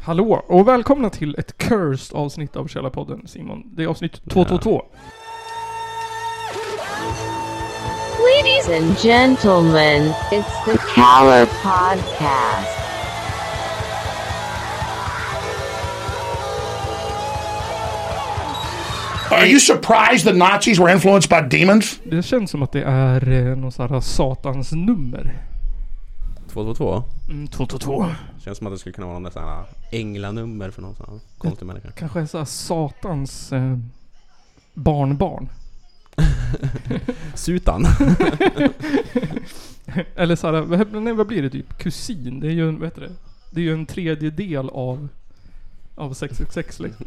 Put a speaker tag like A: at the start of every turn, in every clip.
A: Hallå och välkomna till ett cursed avsnitt av Källarpodden Simon. Det är avsnitt 222.
B: Ladies and gentlemen, it's the Caller Podcast.
C: Are you surprised the Nazis were influenced by demons?
A: Det känns som att det är eh, någon sån här satans nummer.
D: 222?
A: Mm, 222.
D: Känns som att det skulle kunna vara någon sån här änglanummer för någon sån här konstig människa.
A: Kanske är så här satans eh, barnbarn.
D: Sutan!
A: Eller så här, vad, nej, vad blir det typ? Kusin? Det är ju en, vad heter det? Det är ju en tredjedel av av 666 liksom.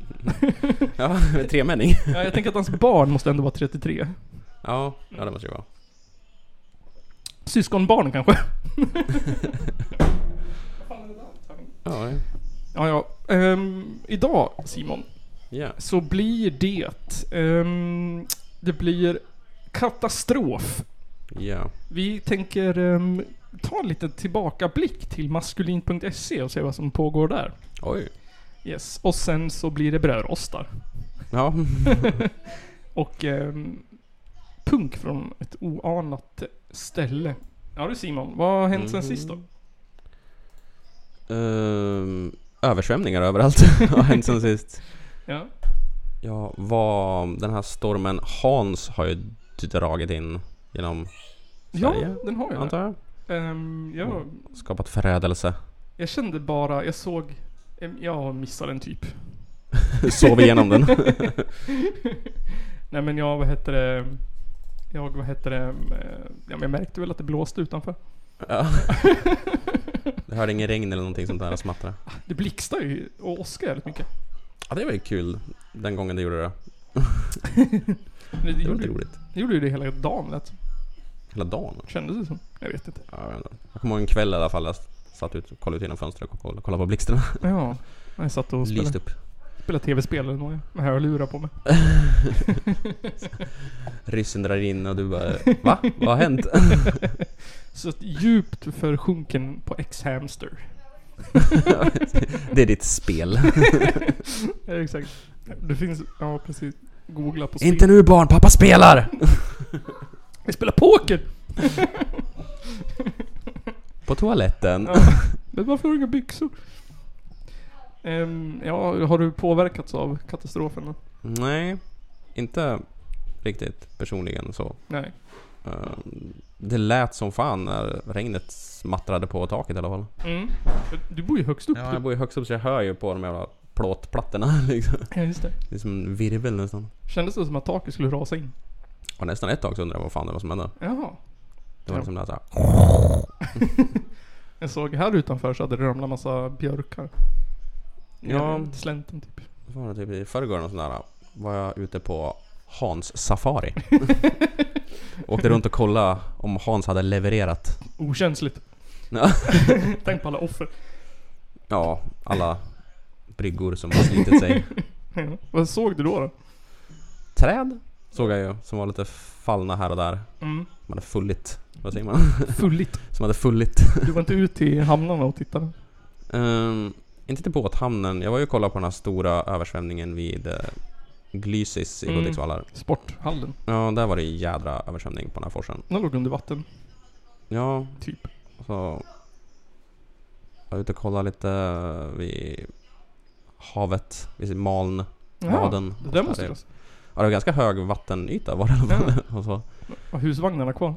D: ja, med tremänning.
A: ja, Jag tänker att hans barn måste ändå vara 33.
D: Ja, ja det måste det vara.
A: Syskonbarn kanske?
D: Ja, det-
A: Ja, ja. Ehm, idag Simon,
D: ja.
A: så blir det... ehm, det blir katastrof.
D: Ja.
A: Vi tänker ehm, ta en liten tillbakablick till maskulin.se och se vad som pågår där.
D: Oj.
A: Yes. Och sen så blir det brödrostar.
D: Ja.
A: Och ehm, punk från ett oanat ställe. Ja du Simon, vad har hänt sen
D: Mhm.
A: sist då?
D: Ehm, översvämningar överallt har hänt sen sist.
A: Ja.
D: Ja, vad... Den här stormen Hans har ju dragit in genom
A: ja,
D: Sverige,
A: den har jag.
D: antar jag.
A: Ehm, ja,
D: Skapat förödelse.
A: jag kände bara, jag såg... em, Jag missade en typ.
D: Sov igenom den.
A: Nej men jag, vad heter det? Jag, vad heter det? eh, Ja, men jag märkte väl att det blåste utanför.
D: ja. Jag hörde ingen regn eller någonting sånt där smattra.
A: Det blixtrar ju och åskar jävligt mycket.
D: Ja, det var ju kul den gången det gjorde det.
A: Men Det,
D: Det var
A: gjorde,
D: inte
A: ju-
D: roligt.
A: det gjorde ju det hela dagen lät som.
D: Hela dagen.
A: Kändes det som. Jag vet inte.
D: Ja, jag vet inte. Jag kommer ihåg en kväll i alla fall. Jag satt ut och kollade ut genom fönstret och kollade, kollade på blixtarna.
A: Ja. Jag satt och
D: Lyste
A: spelade,
D: upp.
A: spelade tv-spel eller något med hörlurar på mig.
D: Ryssen drar in och du bara Va? Vad har hänt?
A: Så att djupt försjunken på X-Hamster.
D: det är ditt spel.
A: Ja, exakt. Det finns, ja precis. Googla på spel.
D: inte nu barn, pappa spelar!
A: Vi spelar poker!
D: på toaletten.
A: Ja. Men varför har du inga byxor? Ehm, ja, har du påverkats av katastrofen? då?
D: Nej, inte riktigt personligen så.
A: Nej.
D: Ehm, Det lät som fan när regnet smattrade på taket i alla fall.
A: Mm. Du bor ju högst upp. typ.
D: Ja,
A: du.
D: jag bor ju högst upp så jag hör ju på de jävla plåtplattorna liksom.
A: Ja, just det.
D: Det är som en virvel nästan.
A: Kändes det som att taket skulle rasa in?
D: Och nästan ett tag så undrade jag vad fan det var som hände.
A: Jaha.
D: Det
A: Ja.
D: var liksom det här, så här
A: Jag såg här utanför så hade det ramlat massa björkar.
D: Ja.
A: Ner i Slänten typ.
D: Vad var det typ i förrgår och sådär var jag ute på Hans Safari. Åkte runt och kollade om Hans hade levererat.
A: Okänsligt.
D: Ja.
A: Tänk på alla offer.
D: Ja, alla bryggor som har slitit sig.
A: Ja. Vad såg du då? då?
D: Träd såg jag ju som var lite fallna här och där.
A: Mm.
D: Som hade fullit. Vad säger man?
A: Fulligt.
D: Som hade fullit.
A: Du var inte ute i hamnarna och tittade?
D: Ehm, inte till båthamnen. Jag var ju och kollade på den här stora översvämningen vid eh, Glysis i
A: Mm.
D: Hudiksvall här.
A: Sporthallen.
D: Ja, där var det ju jädra översvämning på den här forsen.
A: Den låg under vatten,
D: Ja,
A: typ.
D: Så jag var ute och kollade lite vid havet, vid Maln, Maden.
A: Det där måste
D: det,
A: jag
D: ja, det var ganska hög vattenyta var det i alla fall. Och så.
A: Har husvagnarna kvar?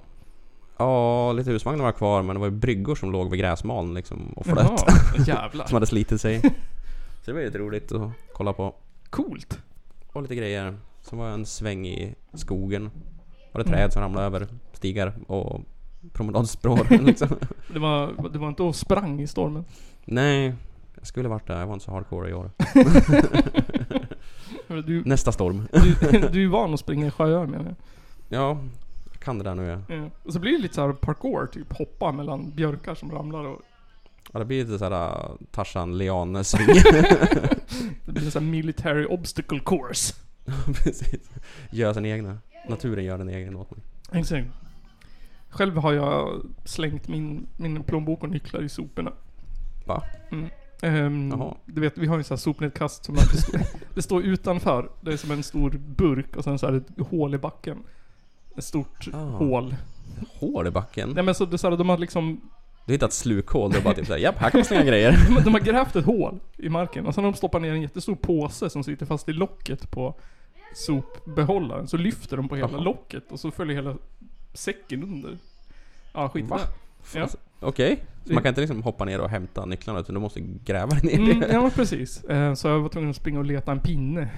D: Ja, lite husvagnar var kvar men det var ju bryggor som låg vid gräsmaln liksom och flöt.
A: Jaha, jävlar.
D: Som hade slitit sig. Så det var ju lite roligt att kolla på.
A: Coolt.
D: Och lite grejer. Sen var jag en sväng i skogen. Var det
A: Mm.
D: träd som ramlade över stigar och promenadspår liksom.
A: Det var, det var inte och sprang i stormen.
D: Nej, jag skulle varit där. Jag var inte så hardcore i år.
A: Du,
D: Nästa storm.
A: du, du är ju van att springa i sjöar menar jag.
D: Ja, jag kan det där nu ja.
A: Ja. Och så blir det lite så här parkour, typ hoppa mellan björkar som ramlar och
D: ja det blir lite såhär äh, Tarzan liane
A: det blir en sån här military obstacle course.
D: Precis. Gör sin egna. Naturen gör den egen åt mig.
A: Exakt. Själv har jag slängt min, min plånbok och nycklar i soporna.
D: Va?
A: Mm. Ehm,
D: Jaha.
A: du vet, vi har ju så här sopnedkast som är, det, står, det står utanför. Det är som en stor burk och sen så är det ett hål i backen. Ett stort
D: Ah.
A: hål.
D: Hål i backen.
A: Nej men så, det, så här, de har liksom
D: Du hittar ett slukhål och bara typ såhär, japp här kan man slänga grejer.
A: De, de har grävt ett hål i marken och sen har de stoppat ner en jättestor påse som sitter fast i locket på sopbehållaren. Så lyfter de på hela
D: Jaha.
A: locket och så följer hela säcken under. Ja, skit
D: Va? Alltså,
A: Ja.
D: Okej, så man kan inte liksom hoppa ner och hämta nycklarna utan du måste gräva ner det.
A: Mm, ja, men precis. Eh, Så jag var tvungen att springa och leta en pinne.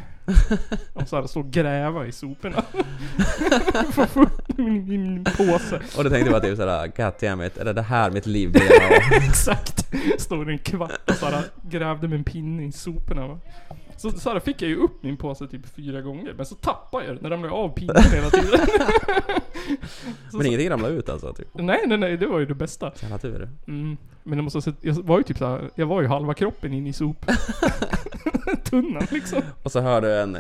A: Och så här stå och gräva i soporna. För att få upp min, min påse.
D: Och då tänkte jag bara typ såhär, God damn it, är det det här mitt liv blir av?
A: Exakt. Stod i en kvart och så här, grävde med en pinne i soporna. Va? Så, så här fick jag ju upp min påse typ fyra gånger, men så tappade jag den. Den ramlade av pinnen hela tiden.
D: Men ingenting ramlade ut alltså? Typ.
A: nej, nej, nej, det var ju det bästa.
D: Jävla tur.
A: Mm. Men jag måste ha sett, jag var ju typ så här, jag var ju halva kroppen in i sop. Tunnan liksom.
D: Och så hör du en,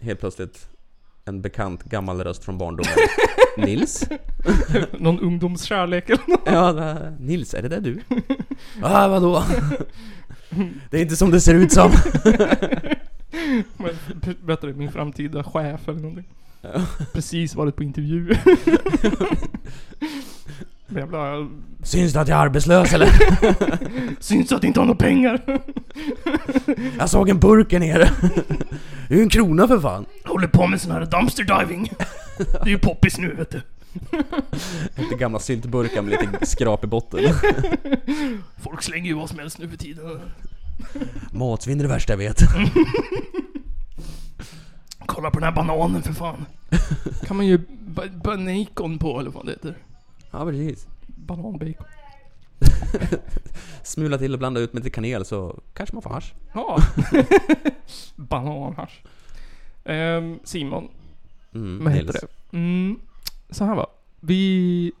D: helt plötsligt, en bekant gammal röst från barndomen. Nils?
A: Någon ungdomskärlek eller något.
D: Ja, det här- Nils, är det där du? Ah, vadå? Det är inte som det ser ut som.
A: Men be- berättade min framtida chef eller någonting.
D: Ja.
A: Precis varit på intervju. Men jävla
D: Syns det att jag är arbetslös eller?
A: Syns att du inte har några pengar?
D: Jag såg en burk här nere. Det är ju en krona för fan.
A: Håller på med sån här dumpster diving. Det är ju poppis nu vet du.
D: Lite gamla syltburkar med lite skrap i botten.
A: Folk slänger ju vad som helst nu för tiden. Mm.
D: Matsvinn är det värsta jag vet.
A: Kolla på den här bananen för fan. Kan man ju ba- banacon på eller vad det heter.
D: Ja precis.
A: Bananbacon.
D: Smula till och blanda ut med lite kanel så kanske man får hasch.
A: Ja. Bananhasch. Ehm, Simon,
D: Mm,
A: vad heter
D: Nils.
A: det? Mm, så här va. Vi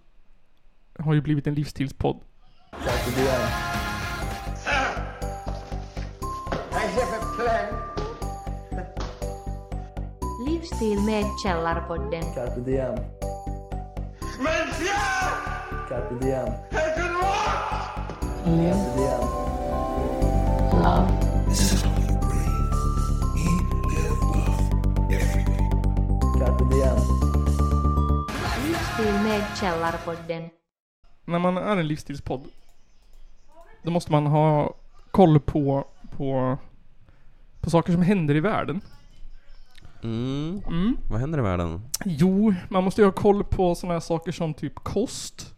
A: har ju blivit en livsstilspodd.
E: Livsstil med Källarpodden.
F: Carpe diem. Carpe diem. Carpe diem. Carpe diem.
E: Livsstil med Källarpodden.
A: när man är en livsstilspodd, då måste man ha koll på, på, på saker som händer i världen.
D: Mm. Vad händer i världen?
A: Mm. Jo, man måste ju ha koll på sådana här saker som typ kost.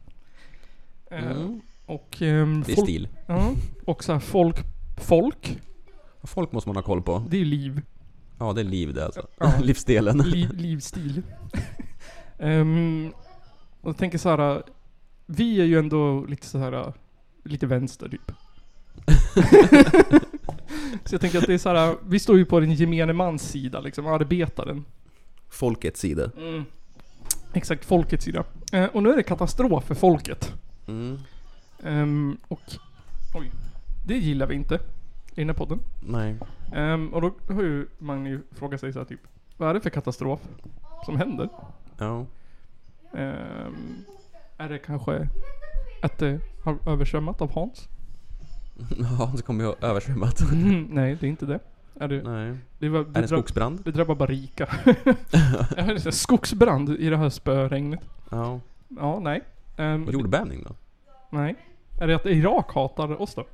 A: Eh,
D: Mm.
A: Och, ehm,
D: Det är
A: folk-
D: stil.
A: Ja, och så här folk, folk,
D: Folk måste man ha koll på.
A: det är ju liv.
D: Ja, det är liv det alltså.
A: Ja.
D: Livsdelen.
A: Li, livsstil. um, och jag tänker så här. Vi är ju ändå lite så här lite vänster typ. så jag tänker att det är så här. vi står ju på den gemene mans sida liksom, arbetaren.
D: Folkets sida.
A: Exakt, folkets sida. Eh, och nu är det katastrof för folket.
D: Mm.
A: Ehm, och oj, det gillar vi inte i den här podden.
D: Nej.
A: Ehm, och då har ju Magni frågat sig så här typ, vad är det för katastrof som händer?
D: Ja.
A: Ehm, är det kanske att det har översvämmat av Hans?
D: Ja, det kommer ju översvämmat.
A: Mm, nej, det är inte det. Är det,
D: Nej.
A: det, var,
D: Är
A: det,
D: det
A: drab,
D: skogsbrand?
A: det drabbar bara rika. Ja, det är så här Skogsbrand i det här spöregnet.
D: Ja.
A: Ja, nej. Ehm,
D: Jordbävning då?
A: nej. Är det att Irak hatar oss då?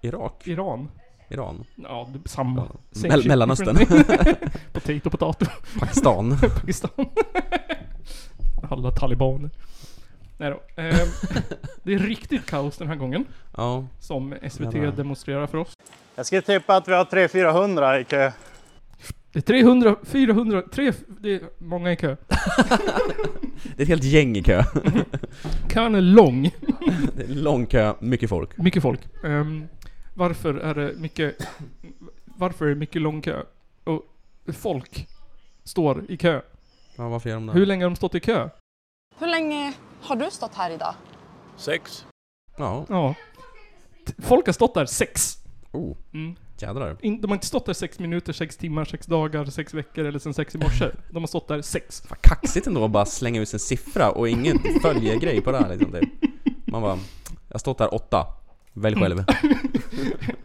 D: Irak?
A: Iran?
D: Iran?
A: Ja, det, samma.
D: Ja.
A: Same
D: Mell-
A: shit,
D: Mellanöstern.
A: different name. potato, potato.
D: Pakistan?
A: Pakistan. Alla talibaner. Nej då. Ehm, det är riktigt kaos den här gången.
D: Ja.
A: Som SVT
D: Jävlar.
A: demonstrerar för oss.
G: Jag skulle tippa att vi har 300-400 i kö.
A: Det är 300, 400, 3, det är många i kö.
D: Det är ett helt gäng i kö.
A: Kön är lång.
D: Det är lång kö, mycket folk.
A: Mycket folk. Ehm, varför är det mycket, varför är det mycket lång kö? Och folk står i kö.
D: Ja, varför gör de det?
A: Hur länge har de stått i kö?
H: Hur länge har du stått här idag?
D: Ja.
A: Ja. T- Folk har stått där sex.
D: Oh.
A: Mm.
D: Jädrar.
A: In, de har inte stått där sex minuter, sex timmar, sex dagar, sex veckor eller sen sex i morse. De har stått där sex.
D: Fan, kaxigt ändå att bara slänga ut sin siffra och ingen följegrej på det här liksom typ. Man bara, jag har stått där åtta. Välj själv.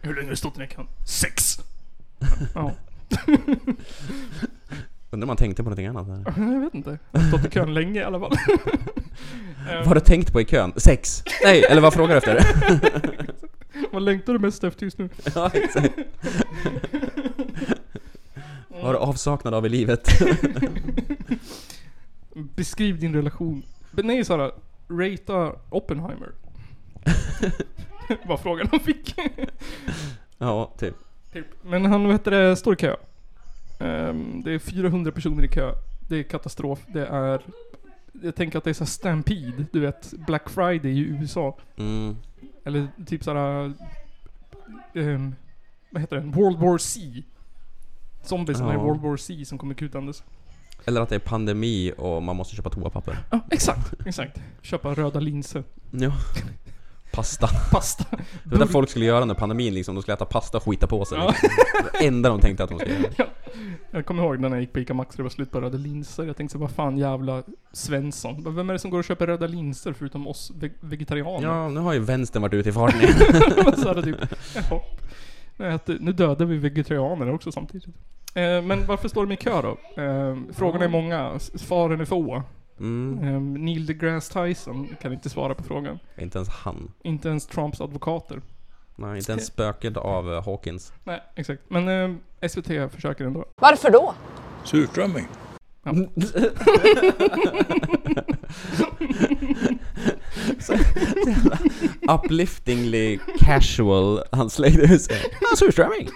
A: Hur länge har du stått i den här kön? Sex! Ja,
D: Undrar om man tänkte på någonting annat där.
A: jag vet inte. Jag har stått i kön länge i alla fall.
D: Vad har du tänkt på i kön? Sex? Nej, eller vad frågar du efter?
A: Vad längtar du mest efter just nu?
D: ja, exakt. Vad har du avsaknad av i livet?
A: Beskriv din relation. Men nej Sara, ratea Oppenheimer. Var frågan han fick.
D: ja, typ.
A: Typ. Men han, vad heter det, står i kö. Ehm, det är 400 personer i kö. Det är katastrof. Det är... Jag tänker att det är så här stampede. Du vet, Black Friday i USA.
D: Mm.
A: Eller typ såhär... ehm, vad heter den? World War C. Zombiesarna i
D: Ja.
A: World War C som kommer kutandes.
D: Eller att det är pandemi och man måste köpa toapapper.
A: Ja, exakt. Exakt. Köpa röda linser.
D: Ja. Pasta.
A: Pasta.
D: Det var det folk skulle göra under pandemin liksom. De skulle äta pasta och skita på sig.
A: Ja.
D: Liksom. Det enda de tänkte att de skulle göra.
A: Jag kommer ihåg när jag gick på ICA Maxi och det var slut på röda linser. Jag tänkte så vad fan jävla Svensson. Men Vem är det som går och köper röda linser förutom oss ve- vegetarianer?
D: Ja, nu har ju vänstern varit ute i farten igen.
A: Och så hade typ, jaha. Nej, att, nu dödar vi vegetarianer också samtidigt. Eh, men varför står de i kö då? Eh, frågorna är många. S- Svaren är få.
D: Mm.
A: Eh, Neil deGrasse Tyson kan inte svara på frågan.
D: Inte ens han.
A: Inte ens Trumps advokater.
D: Nej, inte ens spöket av eh, Hawkins.
A: Nej, exakt. Men eh, SVT försöker ändå.
H: Varför då?
I: Surströmming.
D: Upliftingly casual han slängde ut sig. Ja, surströmming!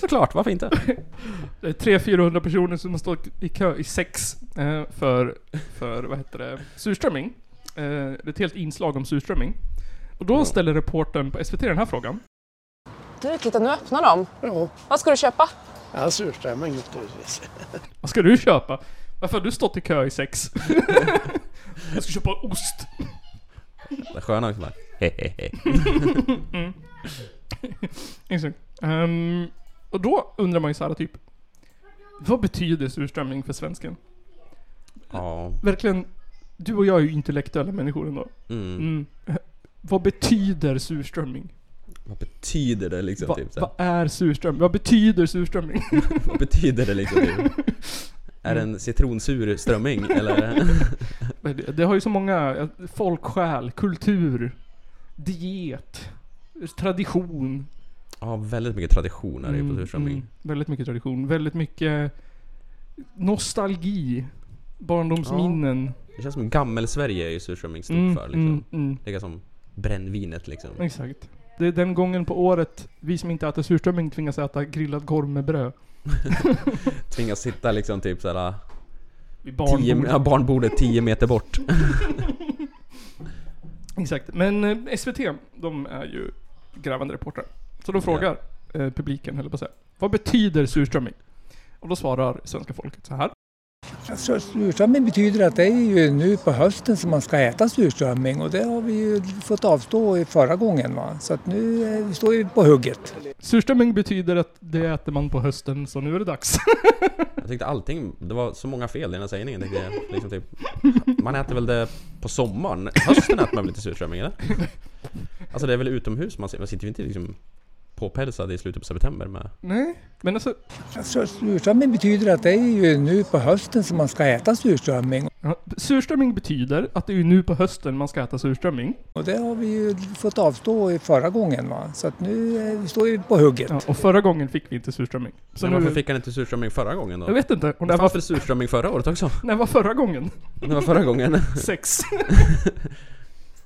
D: Såklart, varför inte?
A: Det är 300-400 personer som har stått i kö i sex eh, för, för, vad heter det, surströmming. Eh, det är ett helt inslag om surströmming. Och då ställer reportern på SVT den här frågan.
H: Du Kitten, nu öppnar de. Vad ska du köpa?
F: Ja, surströmming naturligtvis.
A: Vad ska du köpa? Varför har du stått i kö i sex? jag ska köpa ost.
D: Det sköna liksom bara, hehehe.
A: Exakt. Ehm, och då undrar man ju såhär typ. Vad betyder surströmming för svensken?
D: Ja.
A: Verkligen, du och jag är ju intellektuella människor ändå.
D: Mm.
A: Mm. Eh, Vad betyder surströmming?
D: Vad betyder det liksom?
A: Va,
D: typ, så här?
A: vad är surströmming? Vad betyder surströmming?
D: Vad betyder det liksom? Typ? Är det en citronsur strömming eller?
A: det, det har ju så många eh, folksjäl, kultur, diet, tradition.
D: Ja, väldigt mycket traditioner i på surströmming.
A: Mm, Väldigt mycket tradition. Väldigt mycket nostalgi. Barndomsminnen.
D: Det känns som gammel-Sverige är ju surströmming stort
A: Mm,
D: för liksom.
A: mm, mm.
D: Det är som brännvinet liksom.
A: Exakt. Det är den gången på året vi som inte äter surströmming tvingas äta grillad korv med bröd.
D: Tvingas sitta liksom typ såhär
A: Vid
D: tio,
A: barnbord.
D: ja, barnbordet 10 meter bort.
A: Exakt. Men eh, SVT, de är ju grävande reportrar. Så de frågar eh, publiken, höll jag på att säga. Vad betyder surströmming? Och då svarar svenska folket så här.
I: Alltså, surströmming betyder att det är ju nu på hösten som man ska äta surströmming och det har vi ju fått avstå i förra gången. Va? Så att nu eh, står vi på hugget.
A: Surströmming betyder att det äter man på hösten, så nu är det dags.
D: Jag tyckte allting, det var så många fel i den här sägningen. Tänkte jag. Liksom typ, man äter väl det på sommaren? Hösten äter man väl inte surströmming eller? Alltså det är väl utomhus man, man sitter ju inte liksom påpälsad i slutet på september med...
A: Nej. Men alltså,
I: Alltså, surströmming betyder att det är ju nu på hösten som man ska äta surströmming
A: Ja, surströmming betyder att det är ju nu på hösten man ska äta surströmming.
I: och det har vi ju fått avstå i förra gången. Va? Så att nu eh, står vi på hugget.
A: Ja, och förra gången fick vi inte surströmming. Så
D: Men varför
A: nu,
D: fick han inte surströmming förra gången då?
A: jag vet inte. Och när
D: Det
A: var,
D: fanns väl surströmming förra året också?
A: när var förra gången?
D: Det var förra gången.
A: Sex.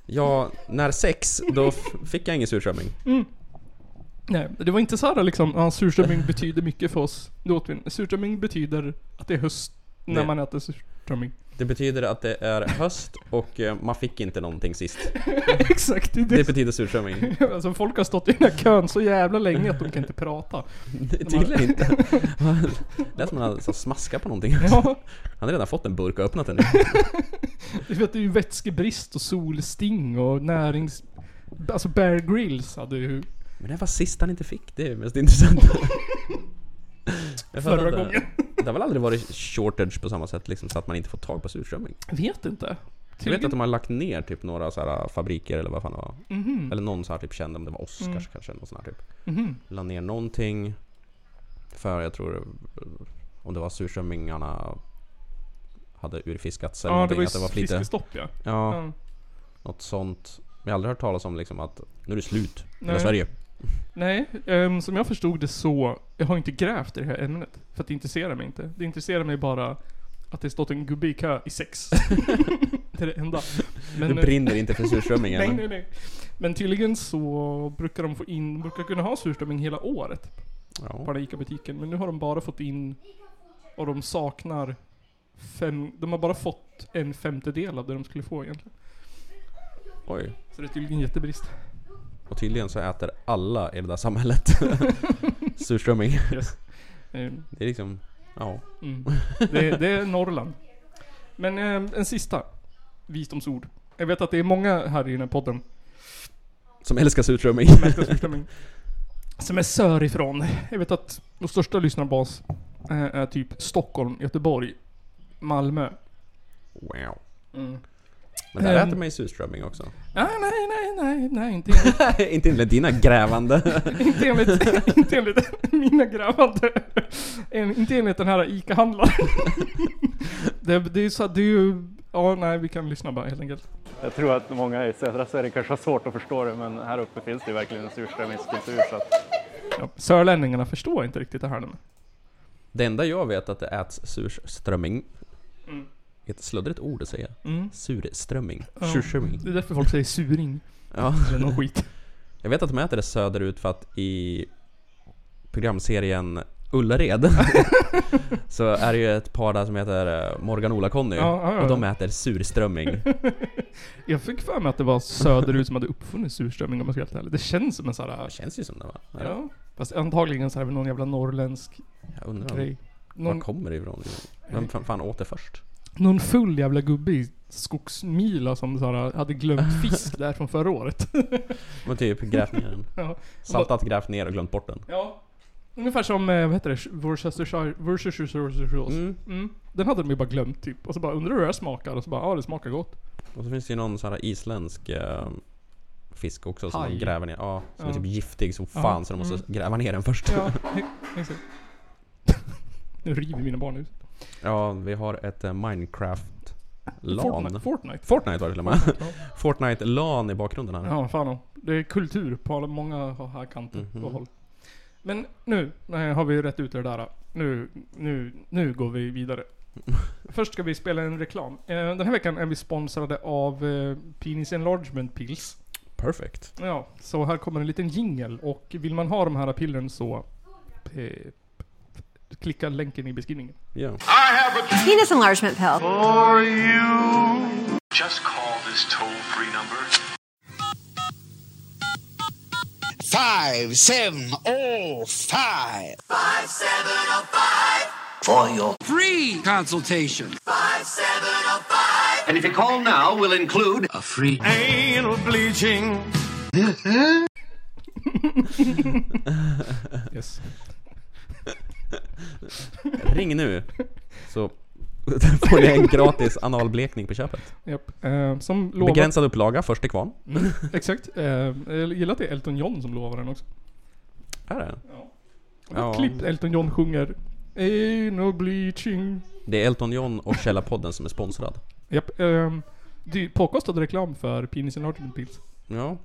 D: Ja, när sex, då f- fick jag ingen surströmming.
A: Nej, det var inte så här liksom, ja, surströmming betyder mycket för oss. Då åt vi en- Surströmming betyder att det är höst när
D: Nej.
A: man äter surströmming.
D: Det betyder att det är höst och eh, man fick inte någonting sist.
A: Exakt, det, är
D: Det
A: det.
D: betyder surströmming.
A: Alltså folk har stått i den här kön så jävla länge att de kan inte prata.
D: Tydligen inte. Lät som han alltså, smaskar på någonting.
A: Ja,
D: Han har redan fått en burk och öppnat den nu.
A: du vet det är ju vätskebrist och solsting och närings... Alltså Bear Grylls hade ju
D: Men det var sist han inte fick, det är mest intressant. Jag fattar
A: Förra
D: inte.
A: gången.
D: Det har väl aldrig varit shortage på samma sätt liksom, så att man inte får tag på surströmming?
A: Vet inte.
D: Jag vet
A: Tydligen,
D: att de har lagt ner typ några så här fabriker eller vad fan det var.
A: Mhm.
D: Eller någon så här typ kände, om det var Oscars
A: Mm.
D: kanske, någon sån här typ.
A: Mhm.
D: La ner någonting. För jag tror, äh, om det var surströmmingarna hade urfiskats eller
A: Ja, det
D: någonting.
A: var ju
D: att det var för lite,
A: fiskestopp ja.
D: ja,
A: ja.
D: något sånt. Men jag har aldrig hört talas om liksom att nu är det slut. Hela
A: Nej.
D: Sverige.
A: Nej, ehm, som jag förstod det så, jag har inte grävt i det här ämnet. För att det intresserar mig inte. Det intresserar mig bara att det stått en gubbe i kö i sex. det är det enda. Men,
D: Det
A: eh,
D: brinner inte för
A: nej,
D: surströmmingen.
A: nej, nej. Men tydligen så brukar de få in, de brukar kunna ha surströmming hela året på
D: Ja.
A: den här ICA-butiken. Men nu har de bara fått in, och de saknar fem, de har bara fått en femtedel av det de skulle få egentligen.
D: Oj.
A: Så det är tydligen jättebrist.
D: Och tydligen så äter alla i det där samhället surströmming.
A: Yes. Ehm,
D: Det är liksom, ja.
A: Mm. Det, det är Norrland. Men eh, en sista visdomsord. Jag vet att det är många här i den här podden
D: Som älskar surströmming.
A: som älskar surströmming. Som är sörifrån. Jag vet att vår största lyssnarbas eh, är typ Stockholm, Göteborg, Malmö.
D: Wow.
A: Mm.
D: Men där
A: Ehm.
D: äter man ju surströmming också.
A: Ah, nej, nej, nej, nej. Inte enligt,
D: inte enligt dina grävande.
A: inte enligt, inte enligt mina grävande. En, inte enligt den här ICA-handlaren. det, det är ju så att det är ju... Ja, nej, vi kan lyssna bara helt enkelt.
G: Jag tror att många i södra Sverige kanske har svårt att förstå det, men här uppe finns det verkligen en surströmmingskultur. Så att
A: Ja, sörlänningarna förstår inte riktigt det här nu.
D: Det enda jag vet att det äts surströmming. Mm. Ett sluddrigt ord att säga.
A: Mm.
D: Surströmming. Surströmming.
A: Det är därför folk säger suring.
D: Ja.
A: Eller någon skit.
D: Jag vet att de äter det söderut för att i programserien Ullared så är det ju ett par där som heter eh, Morgan Ola-Conny
A: Ja, ja, ja.
D: och de äter surströmming.
A: Jag fick för mig att det var söderut som hade uppfunnit surströmming om jag ska vara helt ärlig. Det känns som en sån här...
D: Det känns ju som det va? Ja.
A: Ja. Fast antagligen så är det väl någon jävla norrländsk
D: Jag undrar om,
A: grej.
D: var
A: Någon,
D: kommer det ifrån? Vem fan- fan åt det först?
A: någon full jävla gubbe i skogsmila som så här, hade glömt fisk där från förra året.
D: Men typ grävt ner den.
A: Ja.
D: Saltat, grävt ner och glömt bort den.
A: ja. Ungefär som, eh, vad heter det? Worcestershire... Worcestershire
D: Mm.
A: mm. Den hade de ju bara glömt typ. Och så bara, undrar hur det här smakar? Och så bara, ja det smakar gott.
D: Och så finns det ju någon sån här isländsk eh, fisk också som
A: Haj.
D: de gräver ner. Ja, som är
A: Ja.
D: typ giftig som
A: Ja. Mm.
D: fan så de måste gräva ner den först.
A: Ja, e- exakt. Nu river mina barn ut.
D: Ja, vi har ett eh, Minecraft-LAN.
A: Fortnite. Fortnite.
D: Fortnite var det till och med. Fortnite-LAN i bakgrunden här.
A: Ja, fan om. Det är kultur på alla- många här kanter och håll. Men nu nej, har vi ju rätt ut det där. Nu, nu, nu går vi vidare. Först ska vi spela en reklam. Eh, Den här veckan är vi sponsrade av eh, Penis Enlargement Pills.
D: Perfect.
A: Ja, så här kommer en liten jingel och vill man ha de här pillren så eh, klicka länken i beskrivningen.
D: Ja.
A: Ah!
J: Penis enlargement pill.
F: Just call this toll free number.
C: Five, seven, oh, five.
F: For your
J: And if you call now, we'll include a free
F: anal bleaching.
A: Yes.
D: Ring nu. Så får ni en gratis analblekning på köpet.
A: Japp. Eh, som lovat.
D: Begränsad upplaga, först till kvarn.
A: Exakt. Eh, jag gillar att det är Elton John som lovar den också.
D: Är det?
A: Och det är ett
D: Ja.
A: klipp Elton John sjunger Anal bleaching.
D: Det är Elton John och Källarpodden som är sponsrad.
A: Japp. ehm, det är påkostad reklam för Penis Enlargement Pills.
D: Ja.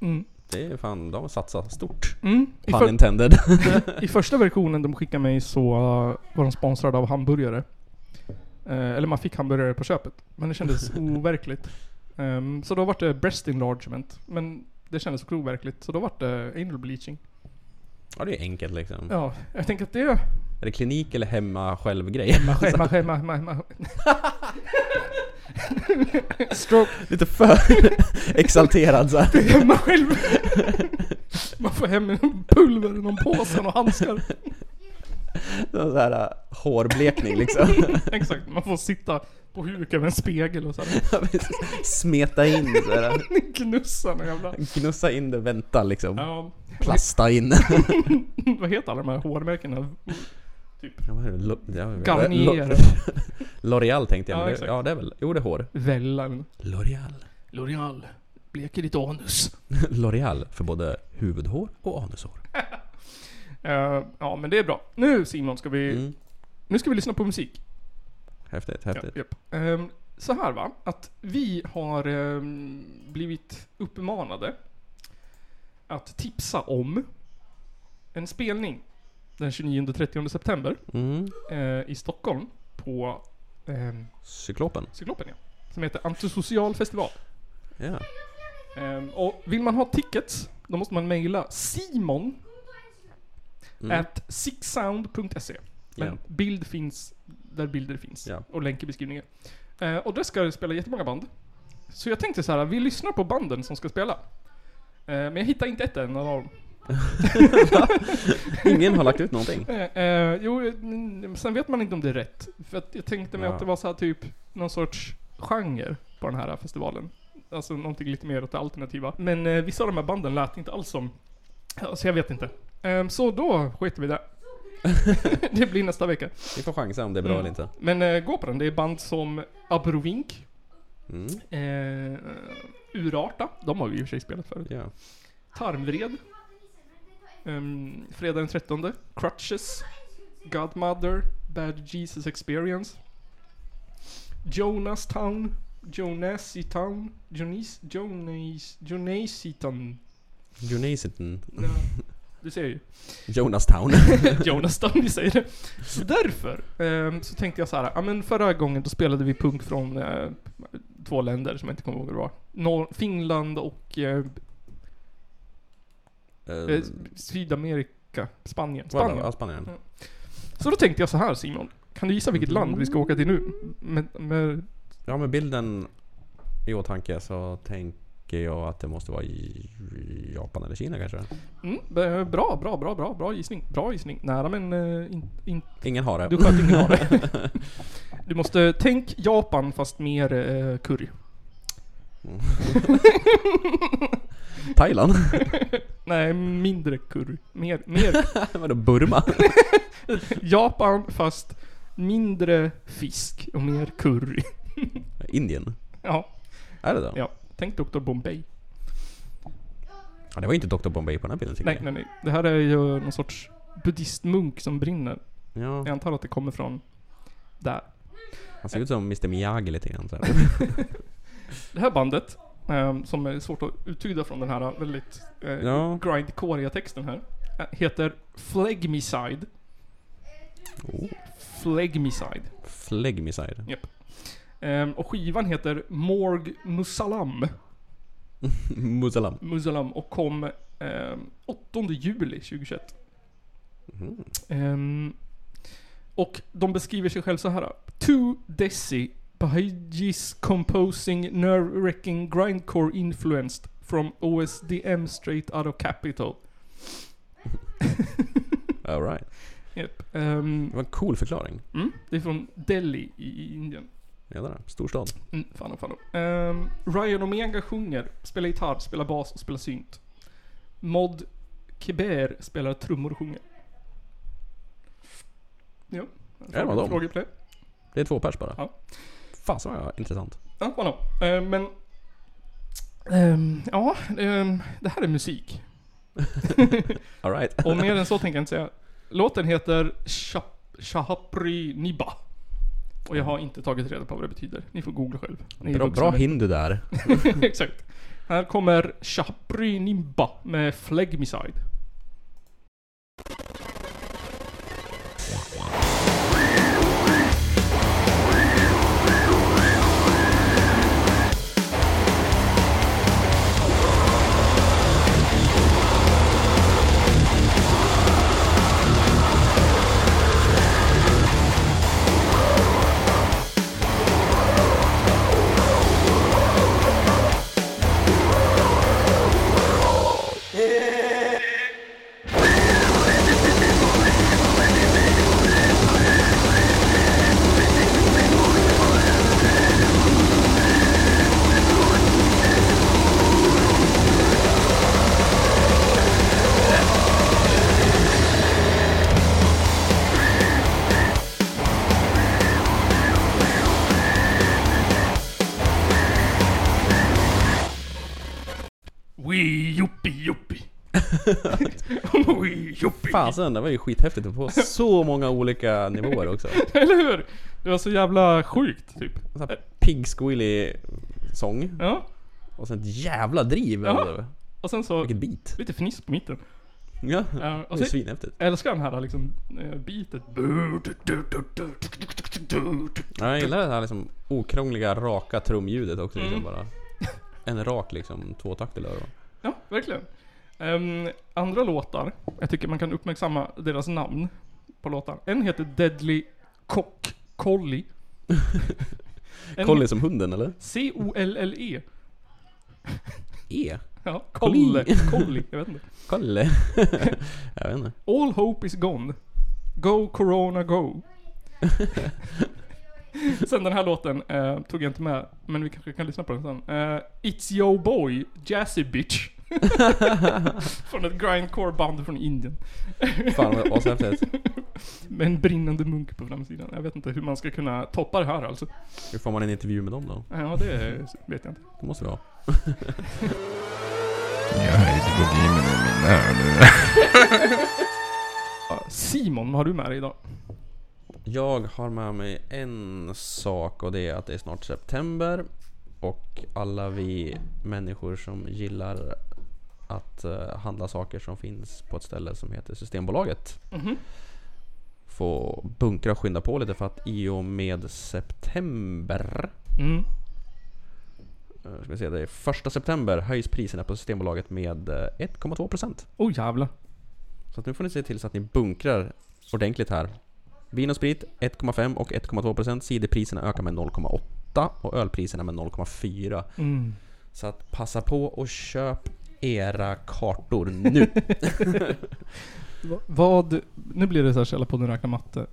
A: Mm.
D: Det är fan, de har satsat stort.
A: Mm. I,
D: Pun
A: för,
D: intended.
A: I första versionen de skickade mig så eh, var de sponsrade av hamburgare. Eh, eller man fick hamburgare på köpet. Men det kändes overkligt. Ehm, så då vart det breast enlargement. Men det kändes också overkligt. Så då vart det anal bleaching.
D: Ja, det är enkelt liksom.
A: Ja, jag tänker att det...
D: Är det klinik eller hemma själv-grej?
A: Masche, masche, masche, masche. Stroke.
D: Lite för exalterad så här.
A: hemma själv. Man får hem en pulver i någon påse och några handskar.
D: så här äh, hårblekning liksom.
A: Exakt, man får sitta på huk över en spegel och så här.
D: Smeta in så här.
A: Knussa någon jävla...
D: Gnussa in det, vänta liksom.
A: Ja,
D: Plasta in.
A: vad heter alla de här hårmärkena?
D: Ja, vad är det? Lo- ja, vad är det?
A: Garnier.
D: Lo- L'Oreal tänkte jag.
A: Ja,
D: men det,
A: exakt.
D: ja, det är väl. Jo, det är hår.
A: Vällan.
D: L'Oreal.
A: L'Oreal. Bleker ditt anus.
D: L'Oreal för både huvudhår och anushår.
A: Eh, ja, men det är bra. Nu Simon ska vi...
D: Mm.
A: Nu ska vi lyssna på musik.
D: Häftigt, häftigt.
A: Ja, japp. Ehm, så här va, att vi har ehm, blivit uppmanade att tipsa om en spelning den 29-30 september
D: Mm.
A: eh, i Stockholm på ehm,
D: Cyklopen.
A: Cyklopen ja. Som heter Antisocial festival.
D: Ja.
A: Ehm, och vill man ha tickets, då måste man mejla simon
D: Mm.
A: at sixsound.se. Men
D: Ja.
A: bild finns där bilder finns.
D: Ja.
A: Och länk i beskrivningen. Eh, och där ska det spela jättemånga band. Så jag tänkte så här, vi lyssnar på banden som ska spela. Eh, men jag hittar inte ett enda av dem.
D: Ingen har lagt ut någonting.
A: Eh, eh, jo, mm, sen vet man inte om det är rätt. För att jag tänkte mig
D: Ja.
A: att det var så här typ någon sorts genre på den här festivalen. Alltså någonting lite mer åt det alternativa. Men eh, vissa av de här banden lät inte alls som... Ja, Så jag vet inte. Eh, så då skiter vi i det. det blir nästa vecka.
D: Vi får chansa om det är bra eller inte.
A: Men eh, gå på den. Det är band som Abrovink,
D: Mm.
A: eh, Urarta, de har vi i och för sig spelat förut.
D: Ja.
A: Tarmvred. Um, fredag den 13. Crutches. Godmother. Bad Jesus Experience. Jonas Town. Jonasy Town. Jonis... Jonas... Jonasy Town.
D: Jonaston.
A: Ja, Du ser ju.
D: Jonastown.
A: Eh, Jonas Town, vi säger det. Så därför ehm, så tänkte jag så här. Ja men förra gången då spelade vi punk från eh, två länder som jag inte kommer ihåg vad det var. Nor- Finland och eh, eh,
D: Eh,
A: Sydamerika. Spanien.
D: var det?
A: Spanien.
D: Ja, Spanien.
A: Så då tänkte jag så här Simon. Kan du gissa vilket land vi ska åka till nu? Med, med,
D: Ja, med bilden i åtanke så tänker jag att det måste vara i Japan eller Kina kanske.
A: mm, b- bra, bra, bra, bra, bra gissning. Bra gissning. Nära men eh, in, in,
D: Ingen har det.
A: du sköt ingen av det. Du måste, tänk Japan fast mer eh, curry.
D: Thailand?
A: Nej, mindre curry. Mer, mer
D: Vadå Burma?
A: Japan fast mindre fisk och mer curry.
D: Indien?
A: Ja,
D: Är det det?
A: ja. Tänk Dr. Bombay.
D: Ja, det var ju inte Dr. Bombay på den här bilden tycker
A: Nej, nej, nej. Det här är ju någon sorts buddhistmunk som brinner.
D: jag. Ja,
A: Jag antar att det kommer från där.
D: han ser ut som Mr Miyagi lite grann. Så här.
A: Det här bandet, ehm, som är svårt att uttyda från den här väldigt eh,
D: Ja.
A: grindcoreiga texten här, eh, heter Flegmicide.
D: Oh.
A: Flegmicide.
D: Flegmicide.
A: Japp. Ehm, och skivan heter Morg Musalam.
D: Musalam.
A: Musalam och kom ehm, 8 juli 2021. Ehm, och de beskriver sig själv så här. Two Desi Bahijis composing nerve-wrecking grindcore influenced from OSDM straight out of capital.
D: Alright.
A: Yep. Ehm,
D: Det var en cool förklaring.
A: mm, det är från Delhi i, i Indien.
D: Jävlar, storstad.
A: Mm, fan och fan och. Ehm, Ryan Omega sjunger, spelar gitarr, spelar bas och spelar synt. Mod Keber spelar trummor och sjunger. Ja.
D: det var dem.
A: Frågor på det.
D: Det är två pers bara.
A: Ja.
D: Fasen vad intressant.
A: Ja, man har. Eh, Men... ehm, ja, ehm, det här är musik.
D: Alright.
A: Och mer än så tänker jag inte säga. Låten heter Shap- Shahapri Niba. Och jag har inte tagit reda på vad det betyder. Ni får googla själv. Ni är
D: Bra,
A: vuxna
D: bra
A: människor.
D: hindu där.
A: Exakt. Här kommer Shahapri Niba med Flegmicide. Oj, jobbig.
D: Fasen, det var ju skithäftigt på så många olika nivåer också.
A: Eller hur? Det var så jävla sjukt typ.
D: En sån här pig squealy sång.
A: Ja.
D: Och sen ett jävla driv.
A: Ja.
D: eller?
A: Och sen så...
D: Vilket beat.
A: Lite fniss på mitten.
D: Ja.
A: Ja, och
D: det är
A: så-
D: svinhäftigt.
A: Älskar den här liksom eh, beatet.
D: Ja, jag gillar det här liksom okrångliga, raka trumljudet också.
A: Mm.
D: Liksom bara. En rak liksom tvåtakt i öron.
A: Ja, verkligen. Ehm, andra låtar, jag tycker man kan uppmärksamma deras namn på låtar. En heter Deadly Cock Collie. En-
D: Collie som liksom hunden eller?
A: C-O-L-L-E.
D: E?
A: Ja,
D: Collie.
A: Colle. Collie, jag vet inte.
D: Collie? jag vet inte.
A: All hope is gone. Go corona go. sen den här låten eh, tog jag inte med, men vi kanske kan lyssna på den sen. Eh, It's yo boy, Jazzy bitch. från ett grindcore band från Indien.
D: Fan vad ashäftigt.
A: Med en brinnande munk på framsidan. Jag vet inte hur man ska kunna toppa det här alltså.
D: Hur får man en intervju med dem då?
A: Ja, det vet jag inte.
D: Det måste det vara.
A: Simon, vad har du med dig idag?
D: Jag har med mig en sak och det är att det är snart september och alla vi människor som gillar att eh, handla saker som finns på ett ställe som heter Systembolaget får bunkra och skynda på lite för att i och med september
A: Mm.
D: eh, ska vi se, det är första september höjs priserna på Systembolaget med eh, 1,2%
A: Oh jävlar.
D: Så att nu får ni se till så att ni bunkrar ordentligt här. Vin och sprit 1,5 och 1,2%. Ciderpriserna ökar med 0,8 och ölpriserna med 0,4.
A: Mm.
D: Så att passa på och köp era kartor nu.
A: Va- Vad, nu blir det så här Källarpodden räknar matte.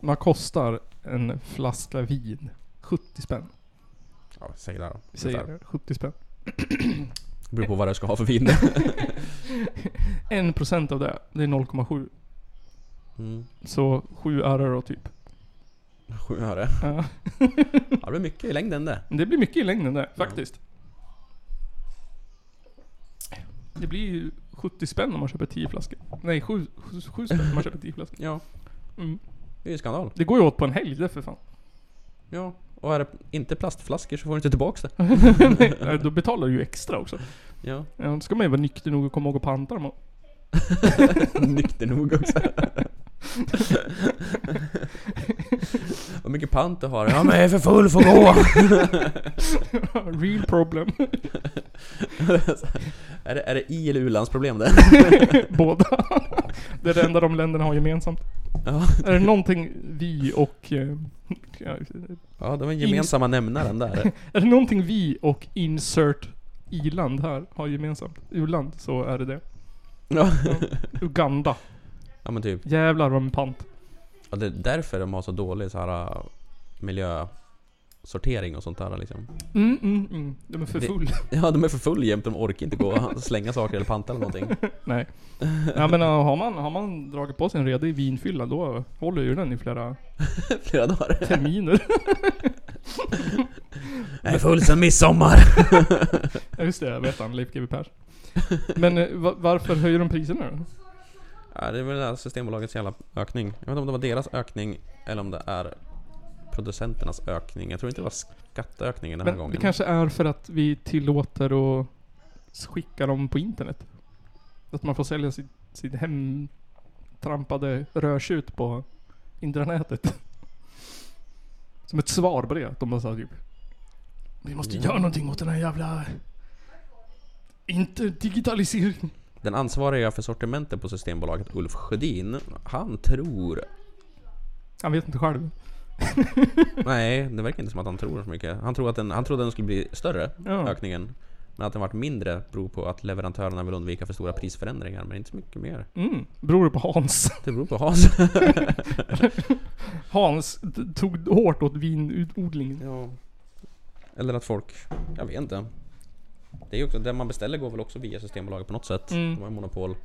A: Vad kostar en flaska vin? 70 spänn.
D: ja, säg det här då.
A: Vi säger
D: Ungefär.
A: det, 70 spän.
D: Det beror på vad du ska ha för vin.
A: En procent av det, det är 0,7.
D: Mm,
A: Så 7 öre då typ.
D: sju öre.
A: Ja.
D: Ja, det blir mycket i längden det.
A: Men det blir mycket i längden det, faktiskt. Det blir ju 70 spänn om man köper 10 flaskor. Nej, 7, 7 spänn om man köper 10 flaskor.
D: Ja.
A: Mm.
D: Det är ju skandal.
A: Det går ju åt på en helg det för fan.
D: Ja. Och är det inte plastflaskor så får du inte tillbaka det.
A: Nej, Äh, Då betalar du ju extra också.
D: Ja.
A: Ja, då ska man ju vara nykter nog och komma ihåg att panta dem.
D: Nykter nog också. Vad mycket pant du har. Ja men jag är för full för att gå.
A: Real problem.
D: är, det, är det i eller u-landsproblem det?
A: Båda. Det är det enda de länderna har gemensamt.
D: Ja.
A: Är det någonting vi och... eh, ja,
D: ja, de är gemensamma nämnaren där.
A: Är det någonting vi och insert i-land här har gemensamt? U-land, så är det det.
D: Ja,
A: Uganda.
D: ja men typ.
A: Jävlar vad med pant.
D: Ja, det är därför de har så dålig så här äh, miljösortering och sånt där liksom.
A: Mm, mm, mm. De är för
D: Det-
A: full.
D: Ja, de är för full jämt. De orkar inte gå och slänga saker eller panta eller någonting.
A: Nej. Ja, men eh, har man, har man dragit på sig en redig vinfylla då håller ju den i flera
D: Flera dagar.
A: terminer.
D: Jag är full sen midsommar.
A: Ja, just det, jag vet han. Leif GW Persson. Men eh, va- varför höjer de priserna då?
D: Ja, det är väl det här Systembolagets jävla ökning. Jag vet inte om det var deras ökning eller om det är producenternas ökning. Jag tror inte det var skatteökningen den här
A: Men
D: gången.
A: det kanske är för att vi tillåter att skicka dem på internet. Att man får sälja sitt, sitt hemtrampade rödtjut på intranätet. Som ett svar på det. Att de bara sa typ Vi måste
D: Ja.
A: göra någonting åt den här jävla... Inte digitalisering.
D: Den ansvariga för sortimentet på Systembolaget, Ulf Sjödin, han tror...
A: Han vet inte själv.
D: Nej, det verkar inte som att han tror så mycket. Han, tror att den, han trodde att den skulle bli större,
A: Ja.
D: ökningen. Men att den varit mindre beror på att leverantörerna vill undvika för stora prisförändringar, men inte så mycket mer.
A: Mm. Beror det på Hans?
D: Det beror på Hans.
A: Hans t- tog hårt åt vinodlingen.
D: Ja. Eller att folk... Jag vet inte. Det är ju också, det man beställer går väl också via Systembolaget på något sätt.
A: Mm.
D: De har ju monopol.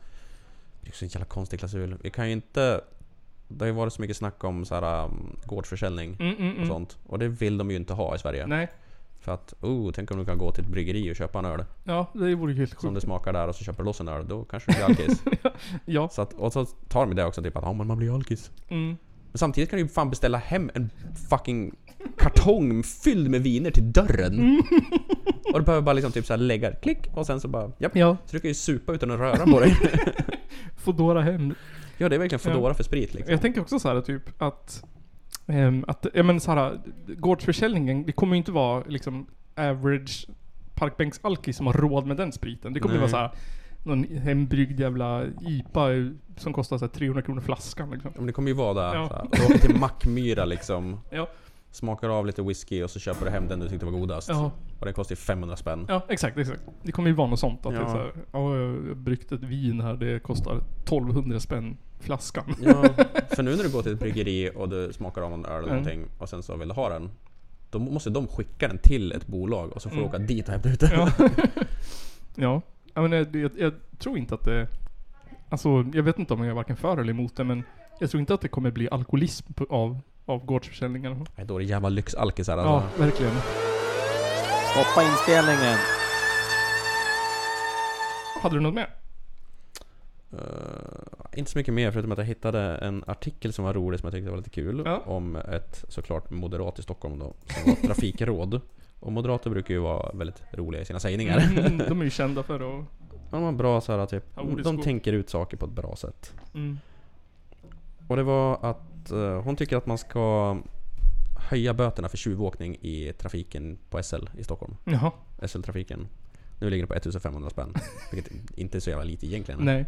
D: Det är också en jävla konstig klausul. Vi kan ju inte... Det har ju varit så mycket snack om så här, um, gårdsförsäljning
A: Mm, mm,
D: och
A: mm.
D: sånt. Och det vill de ju inte ha i Sverige.
A: Nej.
D: För att, oh, tänk om du kan gå till ett bryggeri och köpa en öl.
A: Ja, det vore ju helt
D: Som det
A: sjukt.
D: smakar där och så köper du loss en öl, då kanske du blir alkis.
A: Ja.
D: så att, och så tar de det också, typ att ja men man blir alkis.
A: Mm.
D: Men samtidigt kan du ju fan beställa hem en fucking kartong fylld med viner till dörren.
A: Mm.
D: Och du behöver bara liksom typ så här lägga ett klick och sen så bara, japp.
A: Ja.
D: Så du kan ju supa utan att röra på dig.
A: Foodora hem.
D: ja det är verkligen Foodora
A: Ja.
D: för sprit liksom.
A: Jag tänker också så här typ att... ehm, att ja men så här, gårdsförsäljningen, det kommer ju inte vara liksom average parkbänksalkis som har råd med den spriten. Det kommer ju vara
D: Nej.
A: så här någon hembryggd jävla IPA som kostar så här 300 kronor flaskan liksom.
D: Ja, Men det kommer ju vara där.
A: Ja.
D: Ja. Såhär. Du åker till Mackmyra liksom.
A: Ja,
D: Smakar av lite whisky och så köper du hem den du tyckte var godast.
A: ja,
D: Och den kostar ju 500 spänn.
A: ja exakt, exakt. Det kommer ju vara något sånt. Att det är
D: Ja.
A: så här, ja, jag har bryggt ett vin här, det kostar 1200 spänn flaskan.
D: Ja, för nu när du går till ett bryggeri och du smakar av någon öl
A: Mm.
D: eller någonting och sen så vill du ha den. Då måste de skicka den till ett bolag och så får du åka dit och hämta ut den.
A: Mm. Ja. ja. ja men jag, jag, jag tror inte att det... Alltså, jag vet inte om jag är varken för eller emot det, men jag tror inte att det kommer bli alkoholism på, av, av gårdsförsäljningen.
D: Nej, Då är det jävla lyxalkisar
A: Ja,
D: alltså.
A: verkligen.
K: Stoppa inspelningen.
A: Hade du något mer?
D: Eh, inte så mycket mer förutom att jag hittade en artikel som var rolig som jag tyckte var lite kul.
A: Ja.
D: Om ett såklart moderat i Stockholm då. Som var trafikråd. Och moderater brukar ju vara väldigt roliga i sina sägningar.
A: Mm, de är ju kända för att...
D: De var bra så här, typ.
A: Ja, ordets
D: de
A: god.
D: tänker ut saker på ett bra sätt.
A: Mm.
D: Och det var att eh, hon tycker att man ska höja böterna för tjuvåkning i trafiken på SL i Stockholm.
A: Jaha.
D: SL-trafiken. Nu ligger det på 1500 spänn. Vilket inte är så jävla lite egentligen.
A: Nej.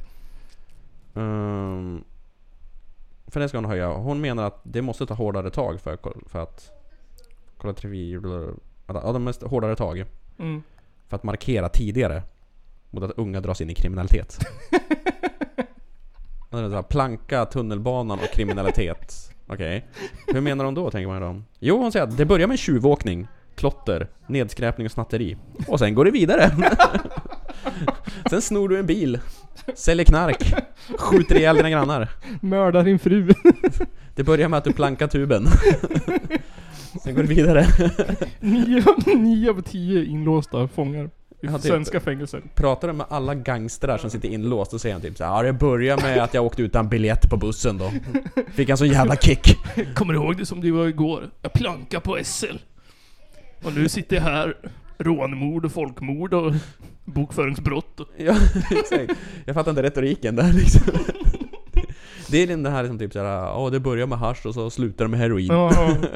D: Ehm, för det ska hon höja. Hon menar att det måste ta hårdare tag för, för att... Kolla trafik... Ja, de måste hårdare tag.
A: Mm.
D: För att markera tidigare mot att unga dras in i kriminalitet. Ja, det är så här, Planka, tunnelbanan och kriminalitet. Okej. Hur menar hon då, tänker man då? Jo, hon säger att det börjar med tjuvåkning, klotter, nedskräpning och snatteri. Och sen går det vidare. sen snor du en bil, säljer knark, skjuter ihjäl dina grannar.
A: Mördar din fru.
D: Det börjar med att du plankar tuben. sen går det vidare.
A: nio, nio av tio inlåsta fångar i
D: Ja, typ.
A: svenska fängelser.
D: Pratar du med alla gangstrar som sitter inlåst och säger han typ så här, ja det börjar med att jag åkte utan biljett på bussen då. Fick en sån jävla kick.
A: Kommer du ihåg det som det var igår? Jag plankade på SL. Och nu sitter jag här. Rånmord och folkmord och bokföringsbrott.
D: Ja, exakt. Jag fattar inte retoriken där liksom. Det är den här liksom typ såhär, ja det börjar med hasch och så slutar det med heroin.
A: Ja, ja.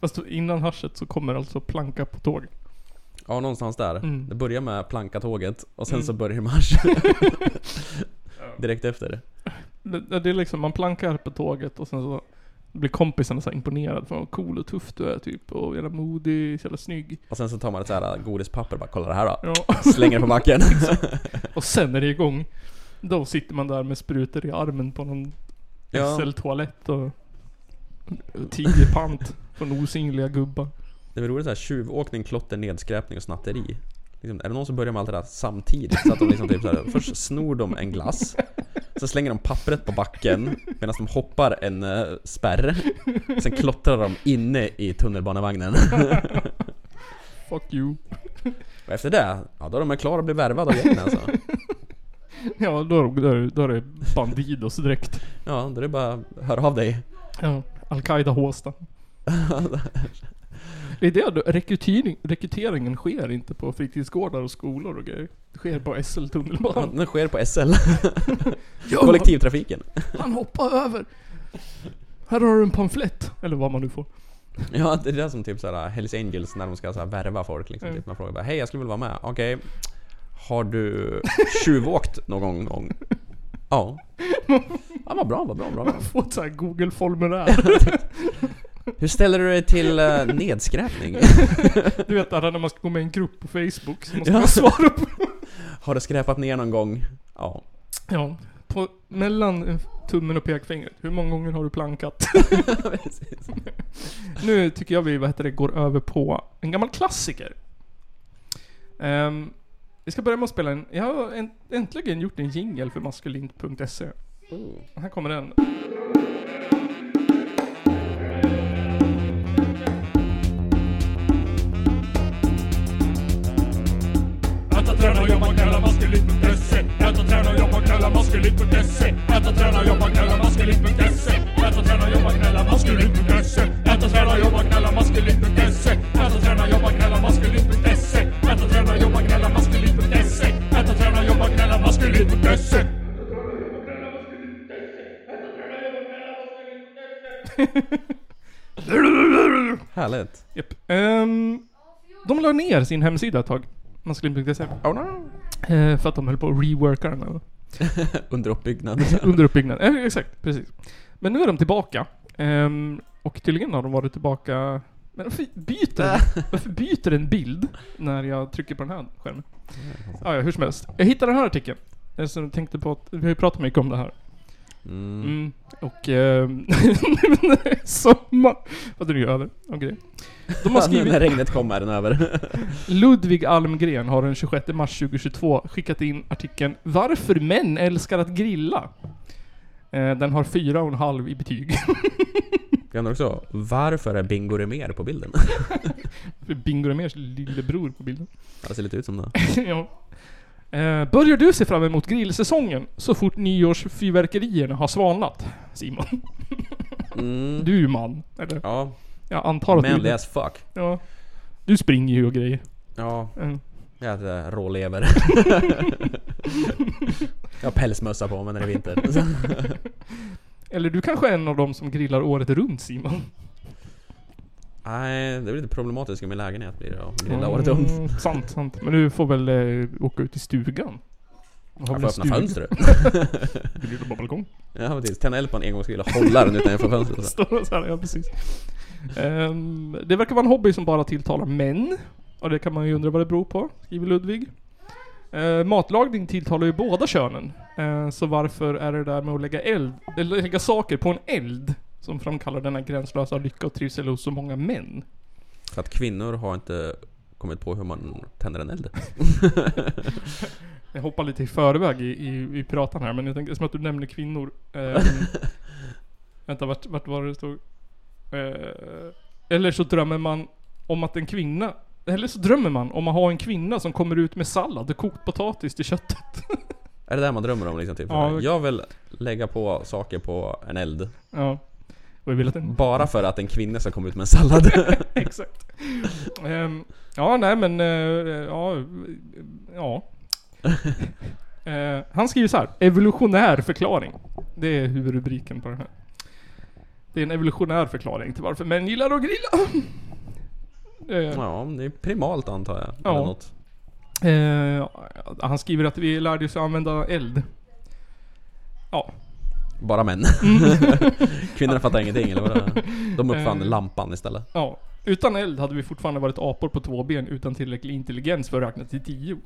A: Fast innan haschet så kommer alltså planka på tåget.
D: Ja, någonstans där.
A: Mm.
D: Det börjar med plankatåget och sen så börjar det med hasch. Direkt efter.
A: Det, det är liksom, man plankar på tåget och sen så blir kompisarna så här imponerade. Fan vad cool och tuff du är typ. Och jävla modig, så jävla snygg.
D: Och sen så tar man ett såhär godispapper och bara, kolla det här då.
A: Ja.
D: Slänger det på backen.
A: Och sen är det igång. Då sitter man där med sprutor i armen på någon
D: Ja.
A: SL-toalett och tio pant från osynliga gubbar.
D: Det är väl roligt såhär tjuvåkning, klotter, nedskräpning och snatteri. Liksom, är det någon som börjar med allt det där samtidigt? Så att de liksom typ såhär, först snor de en glass, sen slänger de pappret på backen medan de hoppar en eh, spärr. Sen klottrar de inne i tunnelbanevagnen.
A: Fuck you.
D: Och efter det, ja då är de klara att bli värvade av gängen alltså.
A: Ja, då, är- då, är- då är det Bandidos direkt.
D: Ja, då är det bara hör av dig.
A: Ja, Al-Qaida Håsta. Det är det då, rekrytering, rekryteringen sker inte på fritidsgårdar och skolor och grejer. Det sker på
D: Ja,
A: SL-tunnelbanan.
D: Det sker på SL.
A: Ja,
D: Kollektivtrafiken.
A: Han hoppar över! Här har du en pamflett. Eller vad man nu får.
D: Ja, det är det som typ såhär Hells Angels när de ska såhär värva folk liksom.
A: Mm.
D: Typ, man frågar bara Hej, jag skulle vilja vara med. Okej. Har du tjuvåkt någon gång? Ja. Ja, vad bra, vad bra, vad bra.
A: Få ett sånt här Google-formulär.
D: Hur ställer du dig till eh, nedskräpning?
A: Du vet där när man ska gå med i en grupp på Facebook så måste
D: Ja.
A: man svara på...
D: Har du skräpat ner någon gång? Ja.
A: Ja. På, mellan tummen och pekfingret. Hur många gånger har du plankat?
D: Precis.
A: Nu tycker jag vi, vad heter det, går över på en gammal klassiker. Ehm, vi ska börja med att spela en... Jag har en, äntligen gjort en jingle för maskulint.se. Här kommer den.
L: och träna och jobba kalla maskulin.se. Ät och träna och jobba kalla maskulin.se. Ät och träna och jobba kalla maskulin.se. Ät och träna och jobba kalla maskulin.se. Ät och träna och jobba kalla maskulin.se. Ät och träna och jobba kalla maskulin.se. Ät och träna och jobba kalla maskulin.se. Ät och träna och jobba kalla maskulin.se.
D: Härligt.
A: Japp. Ehm, de la ner sin hemsida ett tag. Maskulin.se.
D: Oh no.
A: Eh, för att de höll på att reworka den. eller?
D: Under uppbyggnad.
A: Under uppbyggnad. Eh, exakt, precis. Men nu är de tillbaka. Ehm, och tydligen har de varit tillbaka... Men varför byter, den, varför byter den bild när jag trycker på den här skärmen? Ah, ja, hur som helst. Jag hittade den här artikeln. Eh, Så jag tänkte på att vi har ju pratat mycket om det här.
D: Mm.
A: Mm. Och... ehm, sommar... Vad är det nu över? Okej. De har
D: Ja, nu
A: skrivit...
D: När regnet kom är den över.
A: Ludvig Almgren har den 26 mars 2022 skickat in artikeln Varför män älskar att grilla? Eh, Den har fyra och en halv i betyg.
D: Jag undrar också, varför är Bingo Remér på bilden?
A: Bingo Remérs lillebror på bilden.
D: Ja, Det ser lite ut som det.
A: ja. Eh, Börjar du se fram emot grillsäsongen så fort nyårsfyrverkerierna har svalnat? Simon. Du är ju man, eller?
D: Ja.
A: Jag antar att du...
D: Manly as fuck.
A: Ja. Du springer ju och grejer.
D: Ja.
A: Mm.
D: Jag äter rålever. jag har pälsmössa på mig när det är vinter.
A: Eller du kanske är en av dem som grillar året runt Simon?
D: Nej, det blir lite problematiskt i min lägenhet blir det att grilla
A: Mm,
D: året runt.
A: Sant, sant. Men du får väl eh, åka ut i stugan?
D: Jag får
A: väl en
D: öppna
A: stug-
D: fönstret.
A: du blir på balkong.
D: Ja precis, tända eld på en engångsgrill och hålla den utanför fönstret. så.
A: Står så här, ja precis. Ehm, det verkar vara en hobby som bara tilltalar män. Och det kan man ju undra vad det beror på, skriver Ludvig. Eh, matlagning tilltalar ju båda könen. Eh, så varför är det där med att lägga eld, eller lägga saker på en eld som framkallar denna gränslösa lycka och trivsel hos så många män?
D: För att kvinnor har inte kommit på hur man tänder en eld.
A: Jag hoppar lite i förväg i, i, i pratan här, men jag tänker som att du nämner kvinnor. Ehm, vänta, vart, vart var det det stod? Eh, eller så drömmer man om att en kvinna... Eller så drömmer man om att ha en kvinna som kommer ut med sallad och kokt potatis till köttet.
D: Är det där man drömmer om liksom? Typ?
A: Ja.
D: Jag vill lägga på saker på en eld.
A: Ja. Och jag vill att den...
D: Bara för att en kvinna ska komma ut med en sallad.
A: Exakt. Ehm, ja, nej men... eh, ja... ja. Eh, han skriver så här. Evolutionär förklaring. Det är huvudrubriken på den här. Det är en evolutionär förklaring till varför män gillar att grilla. Eh,
D: ja, det är primalt antar jag.
A: Ja.
D: Eller något.
A: eh, han skriver att vi lärde oss att använda eld. Ja.
D: Bara män. Kvinnorna fattar ingenting eller vadå? De uppfann
A: Mm. Eh.
D: lampan istället.
A: Ja. Utan eld hade vi fortfarande varit apor på två ben utan tillräcklig intelligens för att räkna till tio.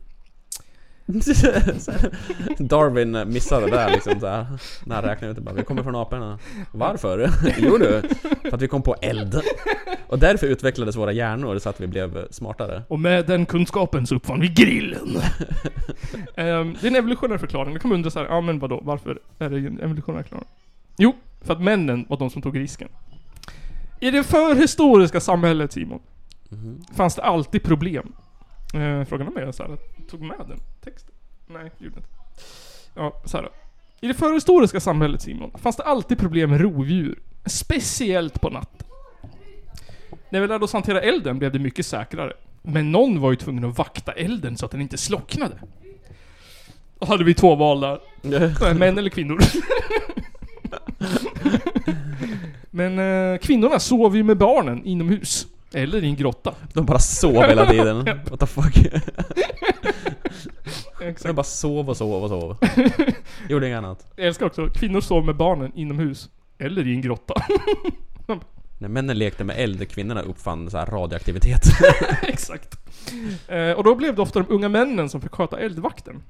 D: Darwin missade det där liksom så här. När han räknade ut det bara, vi kommer från aporna. Varför? Jo du, för att vi kom på eld. Och därför utvecklades våra hjärnor så att vi blev smartare.
A: Och med den kunskapen så uppfann vi grillen! Ehm, det är en evolutionär förklaring. Du kommer undra så här, ja men vadå, varför är det en evolutionär förklaring? Jo, för att männen var de som tog risken. I det förhistoriska samhället Simon, fanns det alltid problem. Eh, frågan om jag så här, tog med den texten? Nej, det gjorde jag inte. Ja, så här då. I det förhistoriska samhället Simon, fanns det alltid problem med rovdjur. Speciellt på natten. När vi lärde oss hantera elden blev det mycket säkrare. Men någon var ju tvungen att vakta elden så att den inte slocknade. Då hade vi två val där. Nej, Män eller kvinnor. Men eh, kvinnorna sov ju med barnen inomhus. Eller i en grotta.
D: De bara sov hela tiden. What the fuck? De
A: Exakt.
D: bara sov och sov och sov. Gjorde inget annat.
A: Jag älskar också, kvinnor sov med barnen inomhus. Eller i en grotta.
D: När männen lekte med eld, kvinnorna uppfann så här radioaktivitet.
A: Exakt. Eh, och då blev det ofta de unga männen som fick sköta eldvakten.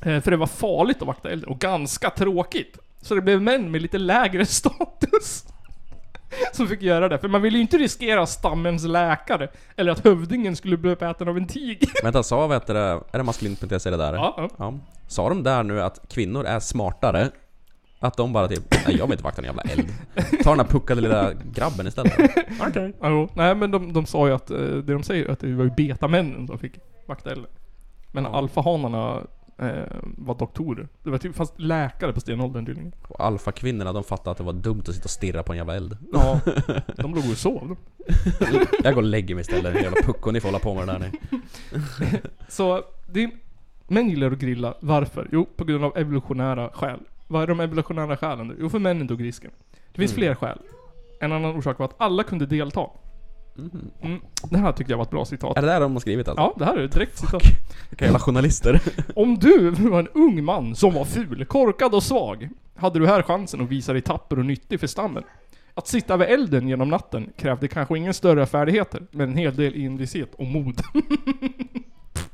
A: Eh, för det var farligt att vakta elden och ganska tråkigt. Så det blev män med lite lägre status. Som fick göra det. För man ville ju inte riskera stammens läkare. Eller att hövdingen skulle bli uppäten av en tiger.
D: Vänta, sa vet du, är det maskulint.se det där?
A: Ja, ja.
D: Sa de där nu att kvinnor är smartare? Att de bara typ, nej jag vill inte vakta en jävla eld. Ta den där puckade lilla grabben istället.
A: Okej. Nej men de, de sa ju att, eh, det de säger, att det var ju betamännen som fick vakta elden. Men alfahanarna eh, var doktorer. Det var typ, fanns läkare på stenåldern tydligen.
D: Och alfakvinnorna de fattade att det var dumt att sitta och stirra på en jävla eld.
A: Ja, de låg och sov. de.
D: Jag går och lägger mig istället. Jävla puckon, ni får hålla på med det där ni.
A: Så det är, män gillar att grilla. Varför? Jo, på grund av evolutionära skäl. Vad är de evolutionära skälen då? Jo, för männen dog risken. Det finns
D: Mm.
A: fler skäl. En annan orsak var att alla kunde delta. Mm. Det här tyckte jag var ett bra citat.
D: Mm-hmm. Är det där de har skrivit alltså?
A: Ja, det här är ett direkt citat.
D: Vilka jävla journalister.
A: Om du var en ung man som var ful, korkad och svag, hade du här chansen att visa dig tapper och nyttig för stammen. Att sitta vid elden genom natten krävde kanske ingen större färdigheter, men en hel del envishet och mod.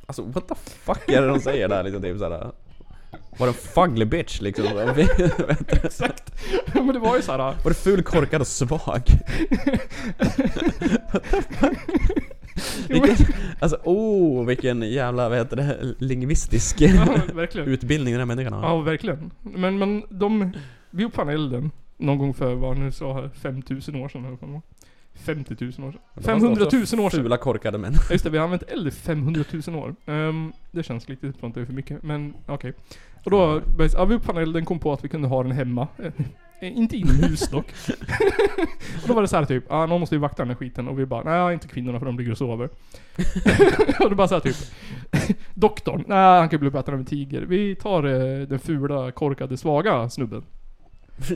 D: Alltså what the fuck är det de säger där liksom typ såhär? Var det en fugly bitch liksom? Exakt!
A: Men det var ju såhär...
D: Var det ful, korkad och svag? What the fuck? Vilken, alltså oh, vilken jävla vad heter det, lingvistisk
A: Ja, verkligen.
D: utbildning den här människan har.
A: Ja, verkligen. Men, men de... Vi uppfann elden någon gång för, vad nu sa här, 5000 år sedan. eller vad det var. 50 000 år sedan. 500 000 år sedan.
D: Fula korkade män.
A: Ja, Just det, vi har använt eld i 500 000 år. Ehm, det känns lite utifrån att det är för mycket, men okej. Och då, började- ja, vi uppfann elden, kom på att vi kunde ha den hemma. Eh, inte inomhus dock. och då var det så här typ, ah, någon måste ju vakta den här skiten. Och vi bara, nej inte kvinnorna för de ligger och sover. och då bara så här typ, doktorn, nej han kan bli uppäten av en tiger. Vi tar eh, den fula, korkade, svaga snubben.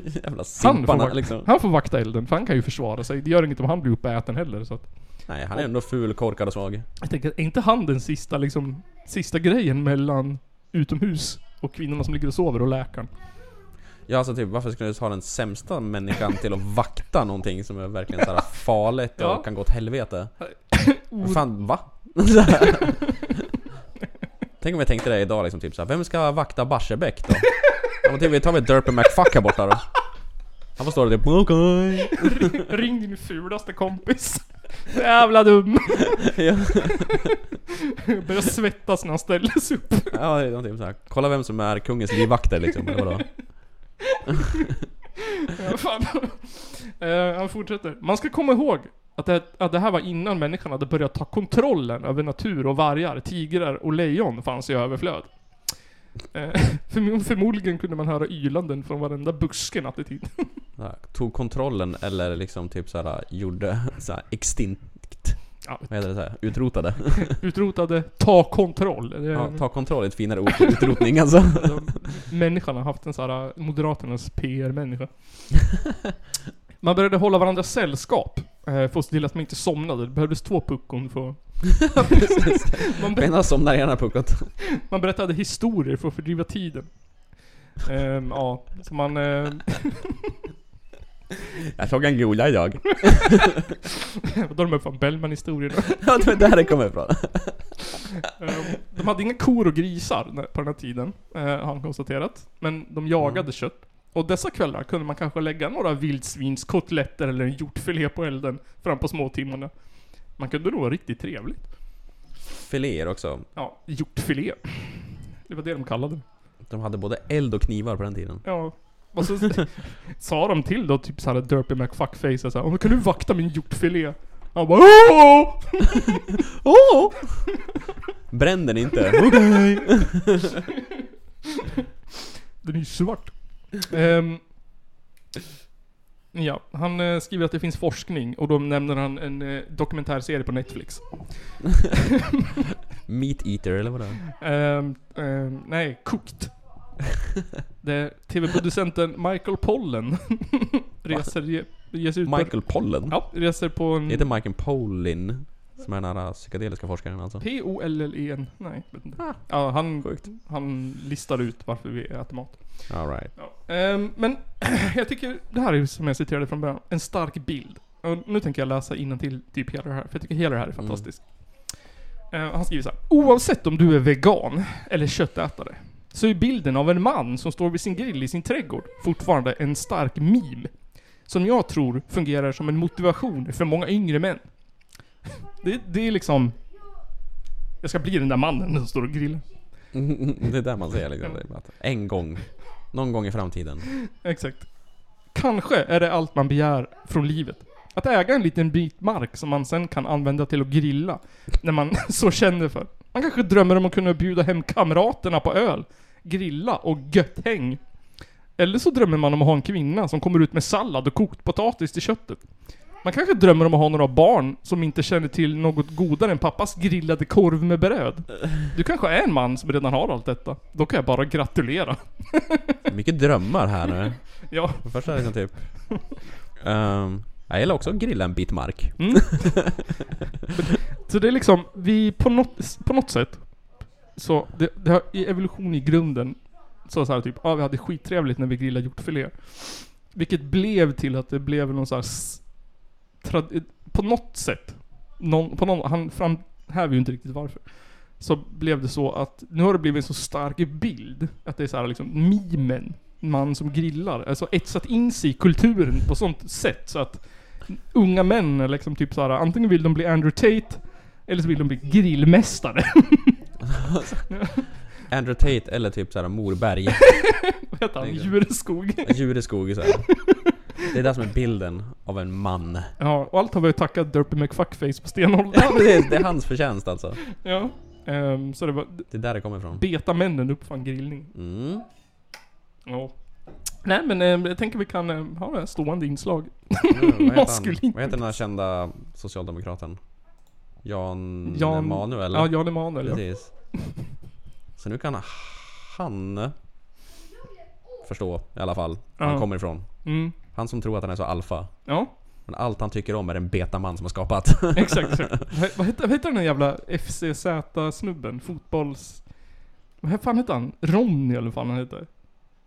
D: Jävla
A: Han får,
D: simparna
A: vakta,
D: liksom.
A: han får vakta elden, för han kan ju försvara sig. Det gör inget om han blir uppäten heller. Så att,
D: Nej, han är ändå ful, korkad och svag.
A: jag tänker, är inte han den sista liksom, sista grejen mellan utomhus och kvinnorna som ligger och sover och läkaren?
D: Ja alltså typ varför skulle du ha den sämsta människan till att vakta någonting som är verkligen såhär farligt och
A: Ja.
D: kan gå åt helvete? Vad Fan, va? Tänk om jag tänkte det idag liksom typ såhär, vem ska vakta Barsebäck då? ja, men typ, vi tar väl Derpy McFuck här borta då? Han får stå där typ okej.
A: Ring, ring din fulaste kompis. Jävla dum.
D: Ja.
A: Börjar svettas när han ställer sig upp.
D: Ja, det är typ såhär, kolla vem som är kungens livvakter liksom, eller vadå?
A: Ja, fan. Eh, han fortsätter. Man ska komma ihåg att det, att det här var innan människan hade börjat ta kontrollen över natur och vargar, tigrar och lejon fanns i överflöd. Eh, förmo- förmodligen kunde man höra ylanden från varenda buske nattetid.
D: Så här, Tog kontrollen eller liksom typ såhär gjorde såhär extinkt?
A: Ja.
D: Vad heter det såhär? Utrotade?
A: Utrotade, ta kontroll. Det är-
D: Ja, ta kontroll är ett finare ord för utrotning alltså.
A: De- Människan har haft en sån här eh, Moderaternas PR-människa. Man började hålla varandra sällskap. eh, För att se till att man inte somnade. Det behövdes två puckon för att- man, ber-
D: Ena somnar ena puckot.
A: man berättade historier för att fördriva tiden. Ehm, ja, så man... eh,
D: Jag såg en gula idag.
A: Då de uppfann Bellman-historierna.
D: Ja, det var där det kom ifrån.
A: Ehm, De hade inga kor och grisar när- på den här tiden, eh, har han konstaterat. Men de jagade kött. Och dessa kvällar kunde man kanske lägga några vildsvinskotletter eller en hjortfilé på elden fram på småtimmarna. Man kunde nog vara riktigt trevligt.
D: Filéer också.
A: Ja, hjortfilé. Det var det de kallade det.
D: De hade både eld och knivar på den tiden.
A: Ja. Och så sa de till då typ såhär Derpy McFuckface såhär "Åh, Kan du vakta min hjortfilé? Han bara "Åh!"
D: Åh! Bränn den inte. Okej.
A: Den är ju svart. Ehm, ja, han eh, skriver att det finns forskning och då nämner han en eh, dokumentärserie på Netflix.
D: Meat eater eller vad det är.
A: Ehm, ehm, nej, Cooked. Det är TV-producenten Michael Pollen reser, ge, ges ut på-
D: Michael Pollen?
A: Ja, reser på en...
D: Heter Michael Polin. Som är den här äh, psykedeliska forskaren alltså.
A: P-O-L-L-E-N. E Nej, vet inte.
D: Ah.
A: Ja, han, han listar ut varför vi äter mat.
D: Alright.
A: Ehm, men jag tycker, det här är som jag citerade från början, en stark bild. Och nu tänker jag läsa till typ hela det här, för jag tycker hela det här är fantastiskt. Eh, han skriver så här. Oavsett om du är vegan eller köttätare, så är bilden av en man som står vid sin grill i sin trädgård fortfarande en stark meme. Som jag tror fungerar som en motivation för många yngre män. Det, det är liksom... Jag ska bli den där mannen som står och grillar.
D: Det är där man säger liksom. det är att En gång. Någon gång i framtiden.
A: Exakt. Kanske är det allt man begär från livet. Att äga en liten bit mark som man sen kan använda till att grilla när man så känner för. Han kanske drömmer om att kunna bjuda hem kamraterna på öl, grilla och gött häng. Eller så drömmer man om att ha en kvinna som kommer ut med sallad och kokt potatis till köttet. Man kanske drömmer om att ha några barn som inte känner till något godare än pappas grillade korv med bröd. Du kanske är en man som redan har allt detta. Då kan jag bara gratulera.
D: Mycket drömmar här nu.
A: Ja.
D: Först är det liksom typ... ehm, jag gillar också att grilla en bit mark.
A: Så det är liksom, vi på något, på något sätt, så det, det har, i evolution i grunden, så så här typ, ja ah, vi hade skittrevligt när vi grillade hjortfilé. Vilket blev till att det blev någon så här, s- trad- på något sätt, någon, på någon, han framhäver ju inte riktigt varför. Så blev det så att, nu har det blivit en så stark bild, att det är så här liksom mimen, man som grillar, alltså etsat in sig i kulturen på sånt sätt så att unga män är liksom typ såhär, antingen vill de bli Andrew Tate, eller så vill de bli grillmästare.
D: Andrew Tate eller typ såhär Morberg.
A: Vad heter han? Jureskog.
D: Jureskog såhär. Det är det som är bilden av en man.
A: ja, och allt har vi ju tackat Derpy McFuckface på stenåldern.
D: Ja, men det, är, det är hans förtjänst alltså.
A: ja. ehm, så det var...
D: Det är där det kommer ifrån.
A: Betamännen uppfann grillning.
D: Mm.
A: Ja. Nej men ehm, jag tänker vi kan ehm, ha det här stående inslag.
D: Mm, Vad heter, han?
A: Maskulin.
D: Vad heter den här kända socialdemokraten? Jan,
A: Jan-
D: Emanuel?
A: ja, Jan Emanuel, ja.
D: Precis. Så nu kan han förstå i alla fall
A: Ja.
D: var han kommer ifrån.
A: Mm.
D: Han som tror att han är så alfa.
A: Ja.
D: Men allt han tycker om är en betaman som har skapat.
A: Exakt. exakt. Vad, vad, heter, vad heter den där jävla FCZ-snubben? Fotbolls... Vad fan heter han? Ronny eller vad fan han heter.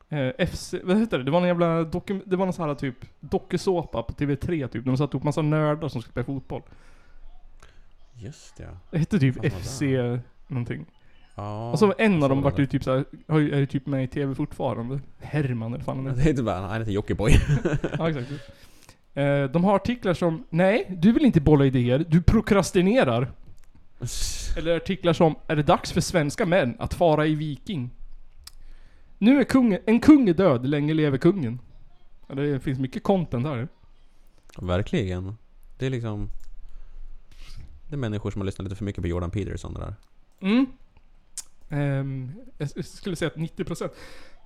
A: Eh, FC... Vad heter det? Det var en jävla doku, Det var någon sån här typ dokusåpa på TV3 typ. De satte ihop massa nördar som skulle spela fotboll.
D: Just ja.
A: Det hette typ
D: Fan, vad
A: FC
D: där.
A: någonting.
D: Ja,
A: och så var en av
D: jag
A: dem
D: såg
A: vart
D: det.
A: ju typ såhär, har ju- är ju typ med i TV fortfarande. Herman eller fan han
D: Det är inte bara, han heter Jockiboi.
A: ja, exakt. Eh, de har artiklar som Nej, du vill inte bolla idéer, du prokrastinerar. Eller artiklar som Är det dags för svenska män att fara i viking? Nu är kungen, en kung är död, länge lever kungen. Ja, det finns mycket content här.
D: Verkligen. Det är liksom... Det är människor som har lyssnat lite för mycket på Jordan Peterson och det där.
A: Mm. Ehm, jag s- skulle säga att 90%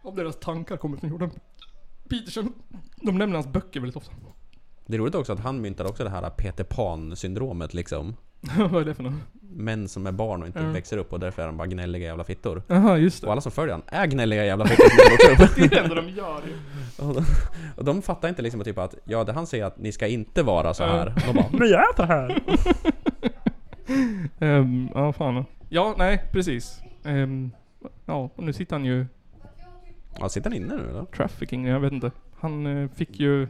A: av deras tankar kommer från Jordan Peterson. De nämner hans böcker väldigt ofta.
D: Det är roligt också att han myntade också det här Peter Pan-syndromet liksom.
A: Vad är det för något?
D: Män som är barn och inte
A: Ja.
D: växer upp och därför är de bara gnälliga jävla fittor.
A: Aha, just det.
D: Och alla som följer han är gnälliga jävla fittor som inte växer upp.
A: Mm. Det är det enda de gör ju.
D: Och de, och de fattar inte liksom typ att ja, det han säger att ni ska inte vara så
A: Ja.
D: här. De bara
A: Men jag är så här! Ehm, ja, fan. Ja, nej, precis. Ehm, ja, och nu sitter han ju...
D: ja, sitter han inne nu eller?
A: Trafficking, jag vet inte. Han eh, fick ju...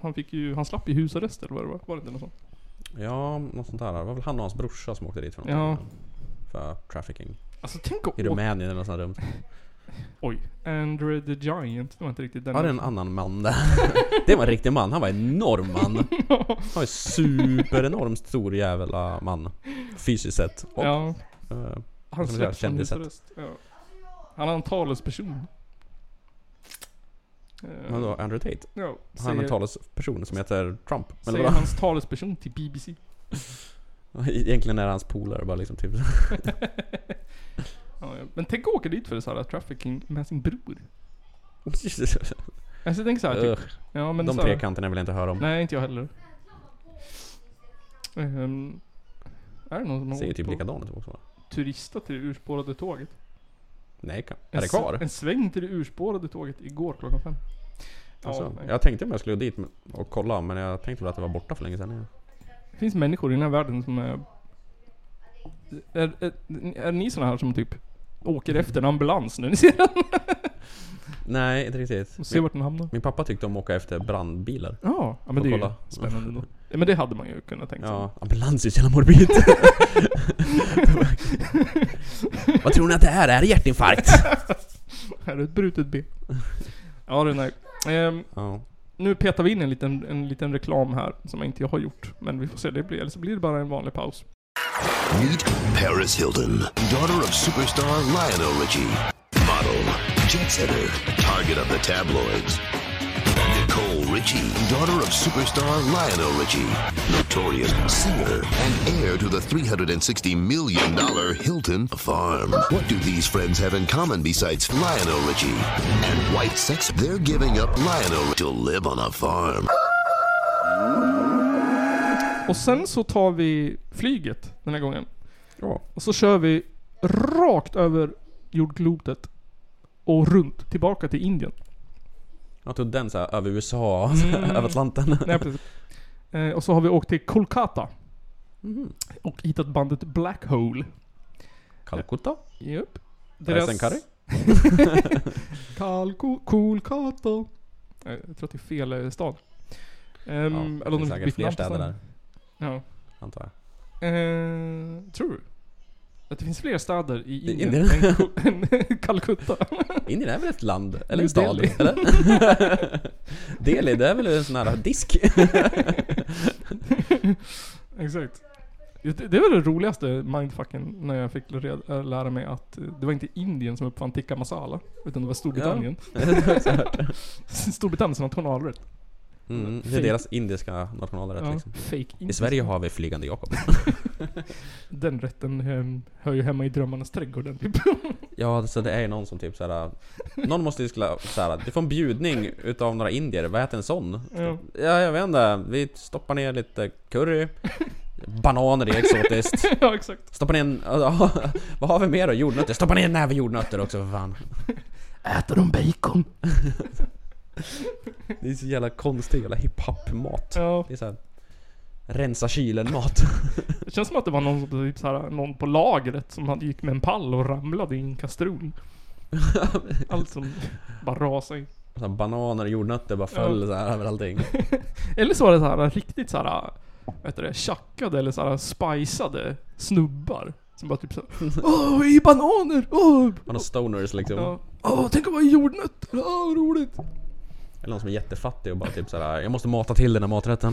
A: Han fick ju... Han slapp ju husarrest eller vad det var? Var det inte något sånt?
D: Ja, något sånt där. Det var väl han och hans brorsa som åkte dit för
A: Ja.
D: någonting. För trafficking.
A: Alltså tänk att...
D: I Rumänien eller något sånt där dumt.
A: Oj. Andrew the Giant. Det var inte riktigt den.
D: Ja, det är en annan man där. Det var en riktig man. Han var en enorm man. Han var en superenorm stor jävla man. Fysiskt sett. Och,
A: Ja.
D: eh,
A: Han
D: som jag
A: släpps från
D: kände sett.
A: husarrest. Ja. Han är en talesperson. Ehm,
D: Vadå, Andrew Tate?
A: Ja,
D: Han är en
A: säger-
D: talesperson som heter Trump. Eller
A: Säger
D: vadå?
A: hans talesperson till BBC.
D: Egentligen är det hans polare bara liksom typ.
A: Ja, ja. men tänk att åka dit för såhär trafficking med sin bror. Alltså jag tänker såhär typ.
D: Ugh.
A: Ja, men
D: De
A: så här-
D: trekanterna vill jag inte höra om.
A: Nej, inte jag heller. Ehm, är det någon som har
D: Ser ju
A: åkt
D: typ
A: på-
D: likadant ut också. va?
A: Turista till det urspårade tåget.
D: Nej, kan-
A: En
D: är det
A: s-
D: kvar?
A: En sväng till det urspårade tåget igår klockan fem. Ja,
D: Alltså,
A: nej.
D: jag tänkte om jag skulle dit men- och kolla men jag tänkte väl att det var borta för länge sedan.
A: Det finns människor i den här världen som är... Är, är, är ni såna här som typ åker efter en ambulans när ni ser den?
D: Nej, inte riktigt.
A: se vart den hamnar.
D: Min pappa tyckte om att åka efter brandbilar.
A: Ja, ja men
D: Och
A: det är ju
D: kolla.
A: spännande då. Ja, men det hade man ju kunnat tänka sig.
D: Ja, ambulans är ju så jävla morbid. Vad tror ni att det är? Är det hjärtinfarkt?
A: här är ett brutet ben. Ja, det är nice. Ehm,
D: Ja.
A: Nu petar vi in en liten, en liten reklam här som inte jag har gjort. Men vi får se, det blir, eller så blir det bara en vanlig paus.
J: Meet Paris Hilton, daughter of superstar Lionel Richie. Model, jet setter, target of the tabloids. Nicole Richie, daughter of superstar Lionel Richie, notorious singer and heir to the $360 million Hilton farm. What do these friends have in common besides Lionel Richie and white sex? They're giving up Lionel to live on a farm.
A: Och sen så tar vi flyget den här gången. Och så kör vi rakt över jordklotet. Och runt tillbaka till Indien.
D: Jag tog den så här, över USA, över Atlanten.
A: Mm. Nej, precis. Eh, och så har vi åkt till Kolkata.
D: Mhm.
A: Och hittat bandet Black Hole.
D: Calcutta?
A: Japp.
D: Rice and curry?
A: Kalko, Kolkata. Eh, Jag tror att det är fel eh, stad. Ehm,
D: det
A: eller om
D: finns
A: de
D: säkert
A: bytt
D: fler
A: namn på
D: städer
A: staden. Ja.
D: Antar jag.
A: Eh, tror du? Att det finns fler städer i Indien
D: Indien.
A: än Ko- än Calcutta?
D: Indien är väl ett land? Eller
A: New
D: en stad?
A: Delhi.
D: Eller? Delhi, det är väl en sån här disk?
A: Exakt. Det, det var det roligaste mindfucken när jag fick reda, lära mig att eh, det var inte Indien som uppfann tikka masala. Utan det var Storbritannien.
D: Ja, det har jag också hört.
A: Storbritannien som nationalrätt.
D: Mm, det
A: Fake.
D: är deras indiska nationalrätt
A: Ja,
D: liksom.
A: fake
D: I
A: indisk.
D: Sverige har vi Flygande Jakob.
A: Den rätten eh, hör ju hemma i drömmarnas trädgård. Typ.
D: ja, så det är ju någon som typ såhär... Någon måste ju skulle såhär, du får en bjudning utav några indier, vad äter en sån?
A: Ja.
D: Ja, jag vet inte. Vi stoppar ner lite curry. Bananer är exotiskt.
A: ja, exakt.
D: Stoppa ner en... ja, vad har vi mer då? Jordnötter? Stoppa ner en näve jordnötter också för fan.
A: Äter de bacon?
D: Det är så jävla konstig jävla hiphop-mat.
A: Ja.
D: Det är såhär... Rensa kylen-mat.
A: Det känns som att det var någon, som typ så här, någon på lagret som hade gick med en pall och ramlade i en kastrull. Allt som bara rasade in.
D: Så här, bananer och jordnötter bara föll så här över allting.
A: Eller så var det så här riktigt så här, vad heter det, tjackade eller så här spicade snubbar. Som bara typ så här, Åh, i bananer! Åh!
D: Och några stoners liksom.
A: Ja. Åh, tänk att vara i jordnötter! Åh, vad roligt!
D: Eller någon som är jättefattig och bara typ såhär Jag måste mata till den här maträtten.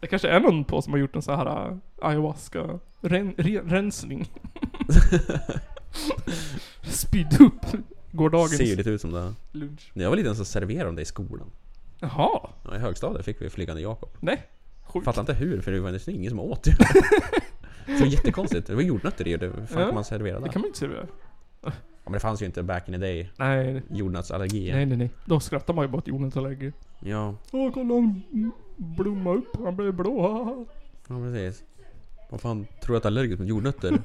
A: Det kanske är någon på som har gjort en så här äh, ayahuasca ren, re, rensning. Spydde upp gårdagens...
D: Ser ju lite ut som det.
A: lunch.
D: När jag var liten så serverade de det i skolan.
A: Jaha,
D: Ja, I högstadiet fick vi Flygande Jakob.
A: nej. Sjukt.
D: Fattar inte hur för det var nästan ingen som åt det. Så jättekonstigt. Det var jordnötter i och det. Hur fan
A: Ja,
D: kan man servera det?
A: Det kan man inte servera.
D: Ja, men det fanns ju inte back in the day.
A: Nej.
D: Jordnötsallergi.
A: Nej, nej, nej. Då skrattar man ju bara åt jordnötsallergi.
D: Ja,
A: Åh, kolla han blommar upp. Han blev blå.
D: ja precis. Vad fan, tror du att du är allergisk mot jordnötter?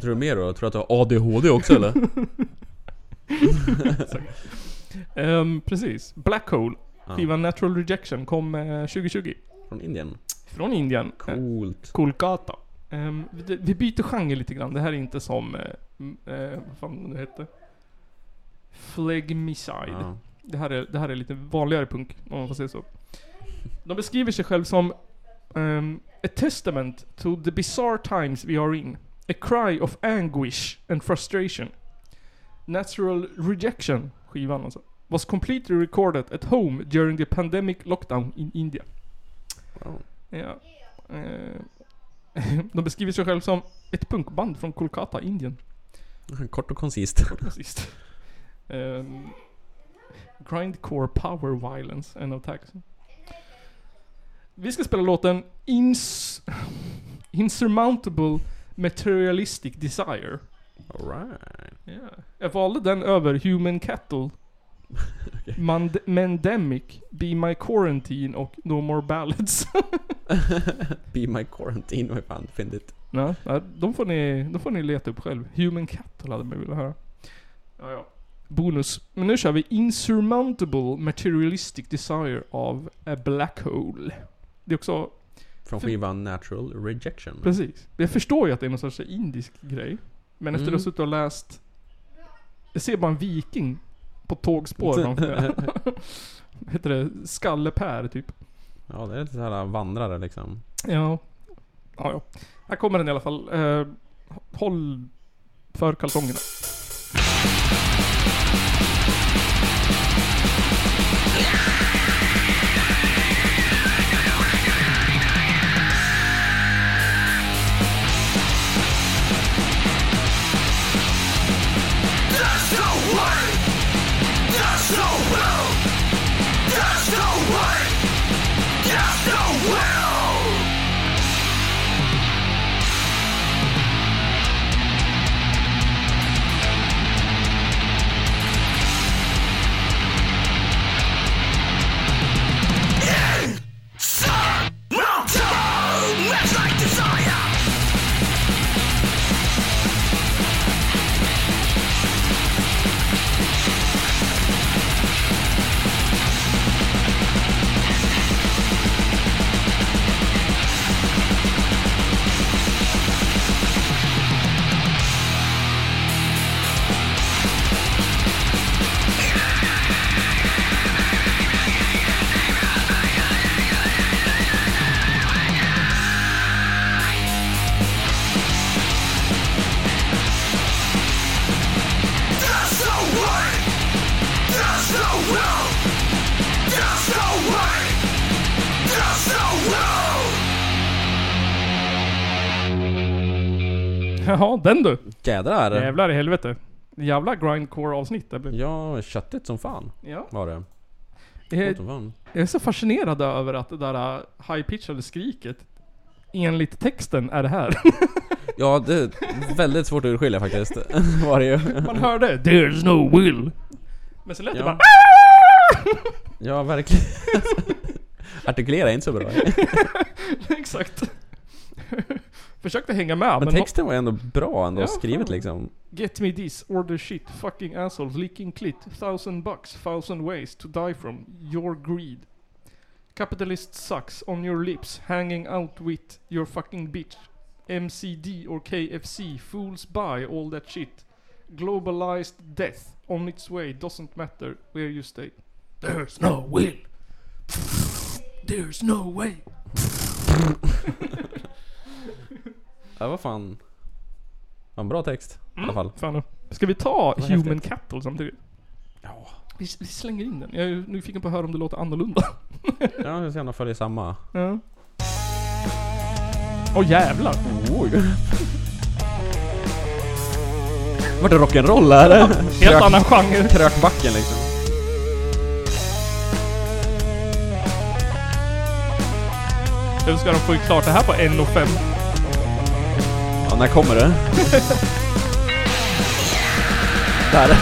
D: tror du mer då? Tror du att du har ADHD också eller?
A: Ehm, precis. Black Hole.
D: Ja.
A: Skivan Natural Rejection kom eh, 2020.
D: Från Indien?
A: Från Indien. Eh,
D: Coolt.
A: Kolkata. Ehm, vi, vi byter genre lite grann. Det här är inte som... eh, m- eh, vad fan det hette? Phlegmicide.
D: Ja.
A: Det, här är, det här är lite vanligare punk, om man får säga så. De beskriver sig själv som ehm, A testament to the bizarre times we are in. A cry of anguish and frustration. Natural Rejection, skivan alltså, was completely recorded at home during the pandemic lockdown in India.
D: Wow.
A: Ja. Eh, De beskriver sig själva som ett punkband från Kolkata, Indien.
D: Kort och koncist.
A: Rasist. Um, grindcore power violence and attacks. Vi ska spela låten Ins Insurmountable Materialistic Desire.
D: Alright.
A: Ja. Jag valde den över Human Cattle. Mand Mandemic, Be My Quarantine och No More Ballads.
D: Be my quarantine, vad fan fyndigt.
A: Nej, nej, de får, ni, de får ni leta upp själv. Human Cattle hade man velat höra. Ja, ja. Bonus. Men nu kör vi Insurmountable Materialistic Desire av A Black Hole. Det är också...
D: Från skivan Natural Rejection.
A: Precis. Jag förstår ju att det är någon sorts indisk grej. Men efter att ha
D: Mm.
A: suttit och läst... Jag ser bara en viking på tågspår framför mig. Vad Heter det Skalle-Per typ?
D: Ja, det är lite såhär vandrare liksom.
A: Ja. Ja, ja. Här kommer den i alla fall. Eh, håll för kalsongerna.
L: That's no way. That's no will. That's
A: Jaha, den du.
D: Jädrar.
A: Jävlar i helvete. Jävla grindcore avsnitt det blev.
D: Ja, köttigt som fan.
A: Ja.
D: Var det.
A: Jag,
D: Gott som fan.
A: jag är så fascinerad över att det där äh, high-pitchade skriket enligt texten är det här.
D: Ja, det är väldigt svårt att urskilja faktiskt. Var det ju.
A: Man hörde 'There's no will' Men sen lät det
D: Ja.
A: bara
D: Ja, verkligen. Artikulera är inte så bra.
A: Exakt. Försökte hänga med
D: Men
A: men,
D: texten var ju ändå bra ändå
A: Ja,
D: skrivet
A: fan.
D: liksom.
A: Get me this, order shit, fucking assholes, leaking clit, thousand bucks, thousand ways to die from, your greed. Capitalist sucks, on your lips, hanging out with, your fucking bitch. MCD or KFC, fools buy all that shit. Globalized death, on its way, doesn't matter where you stay. There's no will. There's no way.
D: Ja, vad fan. Vad en bra text i alla fall.
A: Fan. eh? Ska vi ta
D: Vad
A: Human
D: häftigt.
A: Cattle samtidigt? Vi, vi slänger in den. Jag är nyfiken på att höra om det låter annorlunda.
D: Ja, vi ska gärna följa samma.
A: Ja. Åh jävlar!
D: Oj. Var det rock'n'roll eller?
A: Helt annan genre.
D: Krökbacken liksom.
A: Hur ska de få klart det här på 1.05?
D: Ja, när kommer det? Där.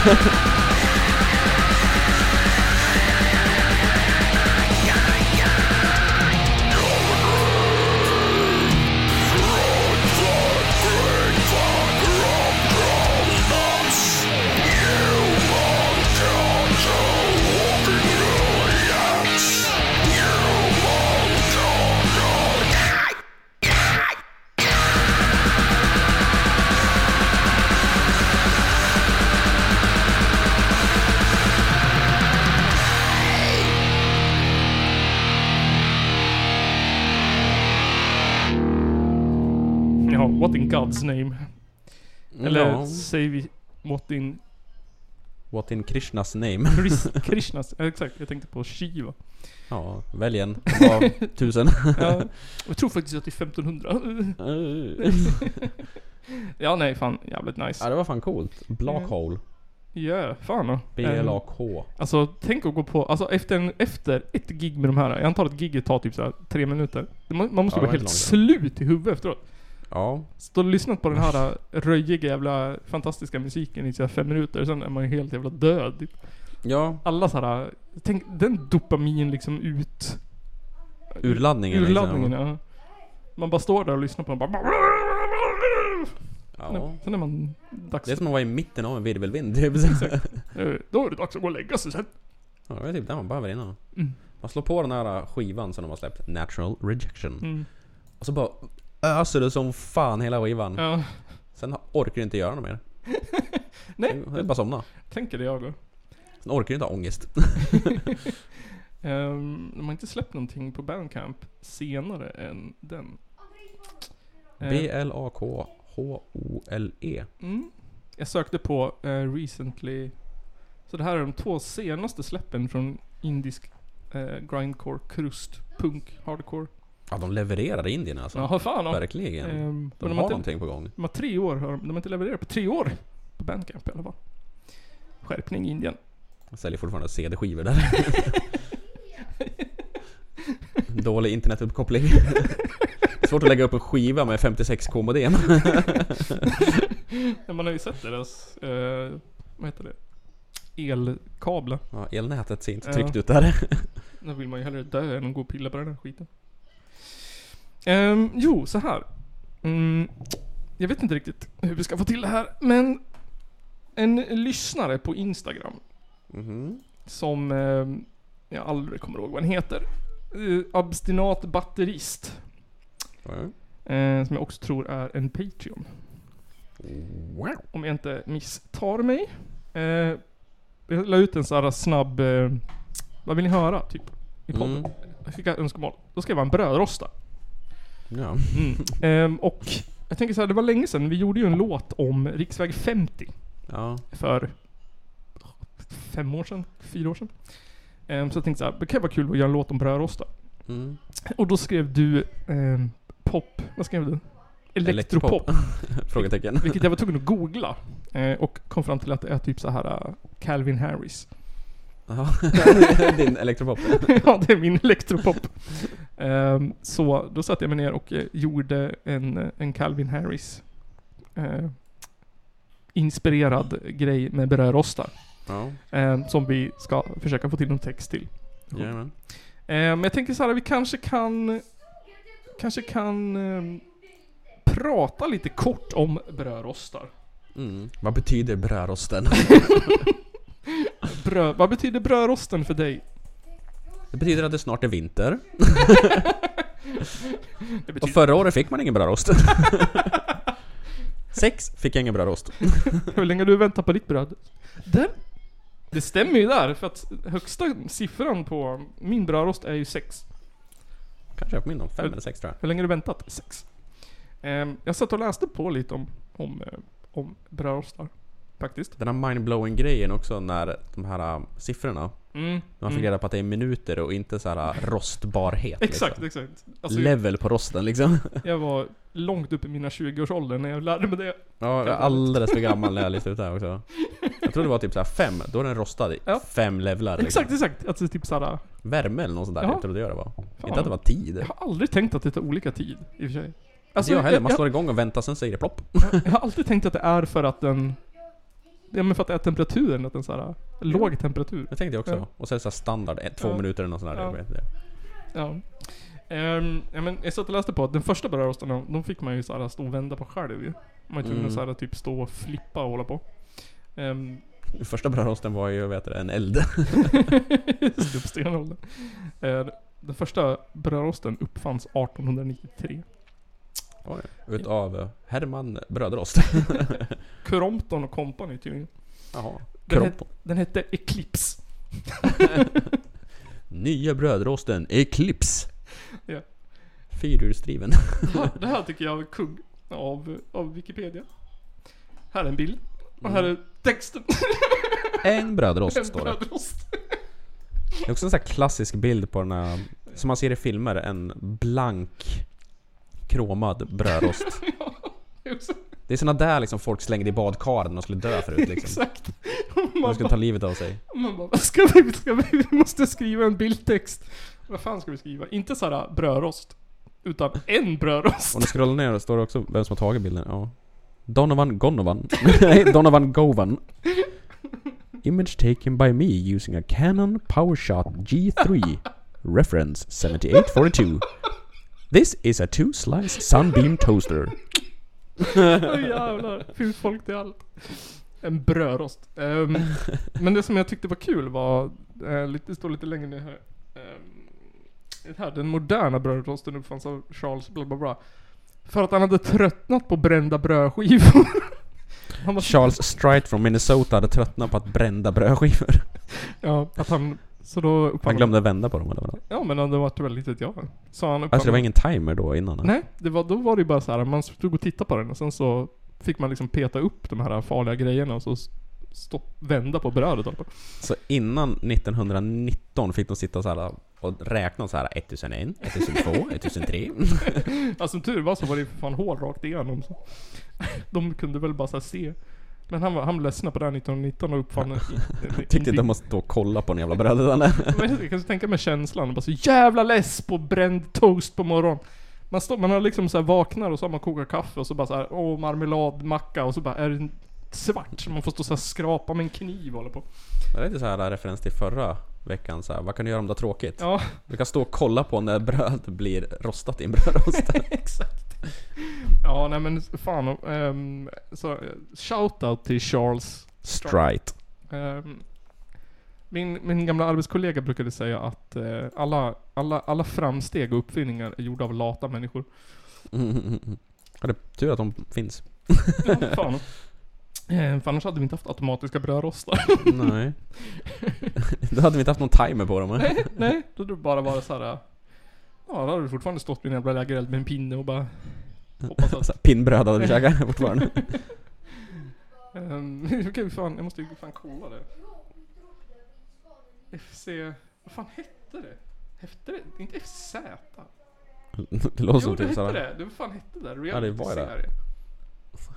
A: Ja, what in God's name? Eller
D: Ja.
A: säger vi what in
D: What in Krishnas name?
A: Kris- Krishnas? Ja, exakt, jag tänkte på Shiva.
D: Ja, välj en. Det var Tusen.
A: Ja, jag tror faktiskt att det är 1500. ja, nej fan. Jävligt nice.
D: Ja, det var fan coolt. Black Hole.
A: Ja, fan. då.
D: BLAK.
A: Alltså tänk att gå på, alltså efter, en, efter ett gig med de här, jag antar att giget tar typ så här tre minuter. Det må- Man måste
D: Ja,
A: vara
D: det var
A: helt
D: inte
A: slut i huvudet efteråt.
D: Ja.
A: Stå och lyssna på den här äh, röjiga jävla fantastiska musiken i så här fem minuter, sen är man ju helt jävla död. typ.
D: Ja.
A: Alla så här, äh, tänk den dopamin liksom ut...
D: Urladdningen liksom.
A: Urladdningen ja. Man bara står där och lyssnar på den bara...
D: Ja.
A: Sen är man dags...
D: Det är som att vara i mitten av en virvelvind typ. Exakt.
A: Eh, Då är det dags att gå och lägga sig sen.
D: Ja, det är typ det man behöver innan.
A: Mm.
D: Man slår på den här skivan som de har släppt, Natural Rejection.
A: Mm.
D: Och så bara öser du som fan hela skivan.
A: Ja.
D: Sen ha- orkar du inte göra något mer.
A: Nej,
D: Det är bara somna.
A: tänker det jag då.
D: Sen orkar du inte ha ångest.
A: Ehm, de har inte släppt någonting på Bandcamp senare än den. Eh,
D: B-L-A-K-H-O-L-E.
A: mm. Jag sökte på eh, recently. Så det här är de två senaste släppen från indisk eh, grindcore, krust, punk, hardcore.
D: Ja, de levererar Indien alltså.
A: Ja, fan. ja.
D: Verkligen.
A: Ehm, men
D: de har
A: inte-
D: någonting på gång.
A: De har tre år, har de, de har inte levererat på tre år. På Bandcamp i alla fall. Skärpning Indien.
D: De säljer fortfarande CD-skivor där. Dålig internetuppkoppling. Svårt att lägga upp en skiva med 56k modem.
A: Men Man har ju sett deras, eh, vad heter det? Elkablar.
D: Ja, elnätet ser inte
A: Ja.
D: tryggt ut där.
A: Då vill man ju hellre dö än att gå och pilla på den här skiten. Ehm, jo, så här. Mm, jag vet inte riktigt hur vi ska få till det här, men en lyssnare på Instagram som ehm, jag aldrig kommer ihåg vad han heter. eh, abstinat batterist. eh, som jag också tror är en Patreon. Om jag inte misstar mig. Eh, jag la ut en sån här snabb... Eh, vad vill ni höra? Typ. I podden.
D: Mm.
A: Jag fick önskemål. Då skrev jag en brödrosta.
D: Ja.
A: Ehm, och jag tänker så här, det var länge sedan. Vi gjorde ju en låt om riksväg 50.
D: Ja.
A: För fem år sedan, fyra år sedan. Ehm, så jag tänkte så här, det kan vara kul att göra en låt om brödrosta.
D: Mm.
A: Och då skrev du ehm, pop, vad skrev du? elektropop.
D: Frågetecken.
A: Vilket jag var tvungen att googla. eh, Och kom fram till att det är typ så här eh, Calvin Harris.
D: Jaha, din elektropop.
A: ja, det är min elektropop. Ehm, så då satte jag mig ner och eh, gjorde en, eh, en Calvin Harris eh, inspirerad grej med brödrostar.
D: Ja.
A: Ehm, som vi ska försöka få till någon text till.
D: Jajamän.
A: Eh, Men jag tänker så här, vi kanske kan... Kanske kan... ehm, prata lite kort om brödrostar.
D: Mm. Vad betyder brödrosten?
A: Brö, vad betyder brödrosten för dig?
D: Det betyder att det snart är vinter.
A: Det
D: Och
A: betyder-
D: förra året fick man ingen brödrost. Sex fick jag ingen brödrost.
A: Hur länge har du väntat på ditt bröd? Där. Det stämmer ju där, för att högsta siffran på min brödrost är ju 6.
D: Kanske jag på min om fem eller sex tror jag.
A: Hur länge har du väntat? 6. Jag satt och läste på lite om, om, eh, om brödrostar. Faktiskt.
D: Den här mindblowing grejen också när de här äh, siffrorna.
A: Mm,
D: När man fick
A: mm.
D: reda på att det är minuter och inte så här äh, rostbarhet.
A: Exakt,
D: liksom.
A: exakt. Alltså,
D: Level på rosten liksom.
A: Jag var långt upp i mina 20-årsåldern när jag lärde mig det.
D: Ja, jag är alldeles för gammal när jag listade ut det här också. Jag tror det var typ så här fem, då är den rostad i fem levlar. liksom.
A: Exakt, exakt. Alltså typ såhär...
D: Värme eller något sånt där,
A: Ja.
D: jag trodde jag det var.
A: Fan.
D: Inte att det var tid.
A: Jag har aldrig tänkt att det tar olika tid, i och för sig.
D: Alltså, jag heller, man står igång och väntar, sen säger det plopp.
A: jag, jag har alltid tänkt att det är för att den... Ja men för att det är temperaturen, att den såhär... Låg temperatur.
D: Det tänkte jag också. Och sen så här standard, ett, två
A: Ja.
D: minuter eller något sånt där.
A: Ja.
D: Jag vet inte.
A: Ja. Ehm, ja, men jag satt och läste på att den första brödrosten, de fick man ju såhär stå och vända på själv ju. Man var ju tvungen
D: Mm.
A: att såhär typ stå och flippa och hålla på. Um,
D: Den Första brödrosten var ju, vet du, en eld.
A: Stubbstenåldern. Uh, typ den första brödrosten uppfanns 1893.
D: Oj, Utav eh, Herman Brödrost.
A: Crompton och Company tydligen.
D: Jaha.
A: Den, het,
D: Crompton.
A: den hette Eclipse.
D: Nya brödrosten Eclipse.
A: Ja.
D: Fyrhjulsdriven.
A: Det här- Det här tycker jag är kung av, av Wikipedia. Här är en bild. Och här är texten.
D: En brödrost
A: En
D: Mm. står det.
A: brödrost.
D: Det är också en sån här klassisk bild på den här, som man ser i filmer, en blank kromad brödrost. Det är såna där liksom folk slängde i badkaren när de skulle dö förut liksom.
A: Exakt.
D: De
A: Man
D: skulle ta
A: bara-
D: livet av sig.
A: Man bara, vad ska vi, ska vi, vi måste skriva en bildtext. Vad fan ska vi skriva? Inte såhär brödrost. Utan en brödrost.
D: Om du scrollar ner så står det också vem som har tagit bilden. Ja. Donovan Gonovan. Nej, Donovan Govan. Image taken by me using a Canon PowerShot G3. Reference 7842. This is a two slice sunbeam toaster.
A: Åh jävlar, finns folk till allt. En brödrost. Ehm, men det som jag tyckte var kul var, eh, lite, det står lite längre ner här. Ehm, det här. Den moderna brödrosten uppfanns av Charles bla bla bla. För att han hade tröttnat på brända brödskivor. Han var,
D: Charles Strite från Minnesota hade tröttnat på att brända brödskivor.
A: ja, att han, så då uppfann
D: Han glömde vända på dem eller vadå?
A: Ja men det var ett väldigt litet ja. Så han uppfann-
D: Alltså det var ingen timer då innan?
A: Nej, det var, då var det ju bara så här. man stod och tittade på den och sen så fick man liksom peta upp de här farliga grejerna och så s- stopp, vända på brödet. och-
D: Så innan 1919 fick de sitta så här och räkna så här 1001, 1002, 1003.
A: Ja, Alltså, som tur var så var det ju för fan hål rakt igenom. Så. De kunde väl bara så här se. Men han, var, han ledsnade på det här 1919 och uppfann... en- en- en-
D: Tyckte inte de måste stå och kolla på den jävla brödet.
A: Men jag kan tänka mig känslan, bara så jävla less på bränd toast på morgonen. Man, står, man har liksom så här vaknar och så har man kokat kaffe och så bara så här, åh marmeladmacka och så bara är det svart så man får stå så här skrapa med en kniv och hålla på.
D: Det är lite så här referens till förra veckan så här, vad kan du göra om du har tråkigt?
A: Ja.
D: Du kan stå och kolla på när bröd blir rostat i en brödrost.
A: Exakt. Ja nej men fan. Um, så eh, shoutout till Charles
D: Strite.
A: Ehm, min, min gamla arbetskollega brukade säga att eh, alla, alla, alla framsteg och uppfinningar är gjorda av lata människor.
D: Mm, mm, mm. Ja, det är tur att de finns.
A: Ja, fan. Eh, för annars hade vi inte haft automatiska brödrostar.
D: Nej. Då hade vi inte haft någon timer på dem. eh?
A: nej, nej. Då hade det bara varit såhär... Ja, då hade du fortfarande stått vid en jävla lägereld med en pinne och bara... Hoppas att...
D: Så här, Pinnbröd hade du käkat fortfarande.
A: Ehm, Okej, fan, jag måste ju fan kolla det. FC... Vad fan hette det? Hette det? Inte FZ?
D: Det låter
A: Jo,
D: som
A: du
D: typ
A: hette
D: såhär-
A: det. Du vad fan hette det?
D: Ja, det var ju det.
A: Reality-serie.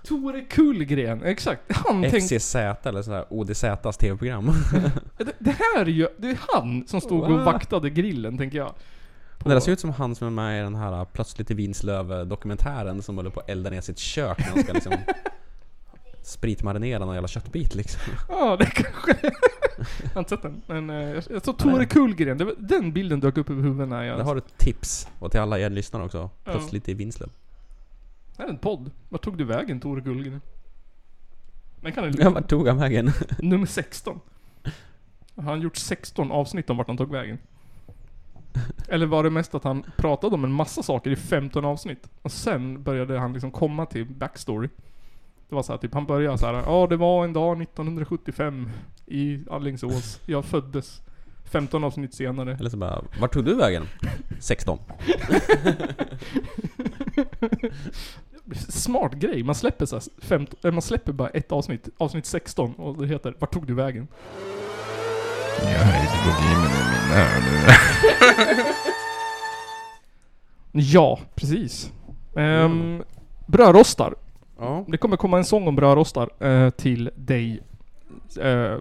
A: Tore Kullgren, exakt. Han tänkte...
D: FCZ eller sådär ODZs TV-program.
A: Det, det här är ju... Det är han som stod och
D: Va?
A: vaktade grillen, tänker jag.
D: Det där ser ut som han som är med i den här äh, Plötsligt i Vinslöv dokumentären som håller på att elda ner sitt kök när han ska liksom spritmarinera någon jävla köttbit liksom.
A: Ja, det kanske... jag har inte sett den. Men eh, jag, jag såg Tore Kullgren. Det var, den bilden dök upp i huvudet när jag...
D: Där har du ett tips. Och till alla er lyssnare också. Plötsligt i Vinslöv.
A: Det här är en podd. Vart tog du vägen, Tore Kullgren? Den kan du lyssna
D: Ja, vart tog han vägen?
A: Nummer 16. Han har gjort 16 avsnitt om vart han tog vägen. Eller var det mest att han pratade om en massa saker i 15 avsnitt? Och sen började han liksom komma till backstory. Det var så här, typ, han började så här. Ja, det var en dag 1975 i Alingsås. Jag föddes. 15 avsnitt senare.
D: Eller så bara, vart tog du vägen? 16.
A: Smart grej. Man släpper, så här femt- eller man släpper bara ett avsnitt. Avsnitt 16. Och det heter Vart tog du vägen?
M: Jag har inte gått in med den där nu.
A: Ja, precis. Ehm,
M: Mm.
A: Brödrostar. Det kommer komma en sång om brödrostar eh, till dig. Eh,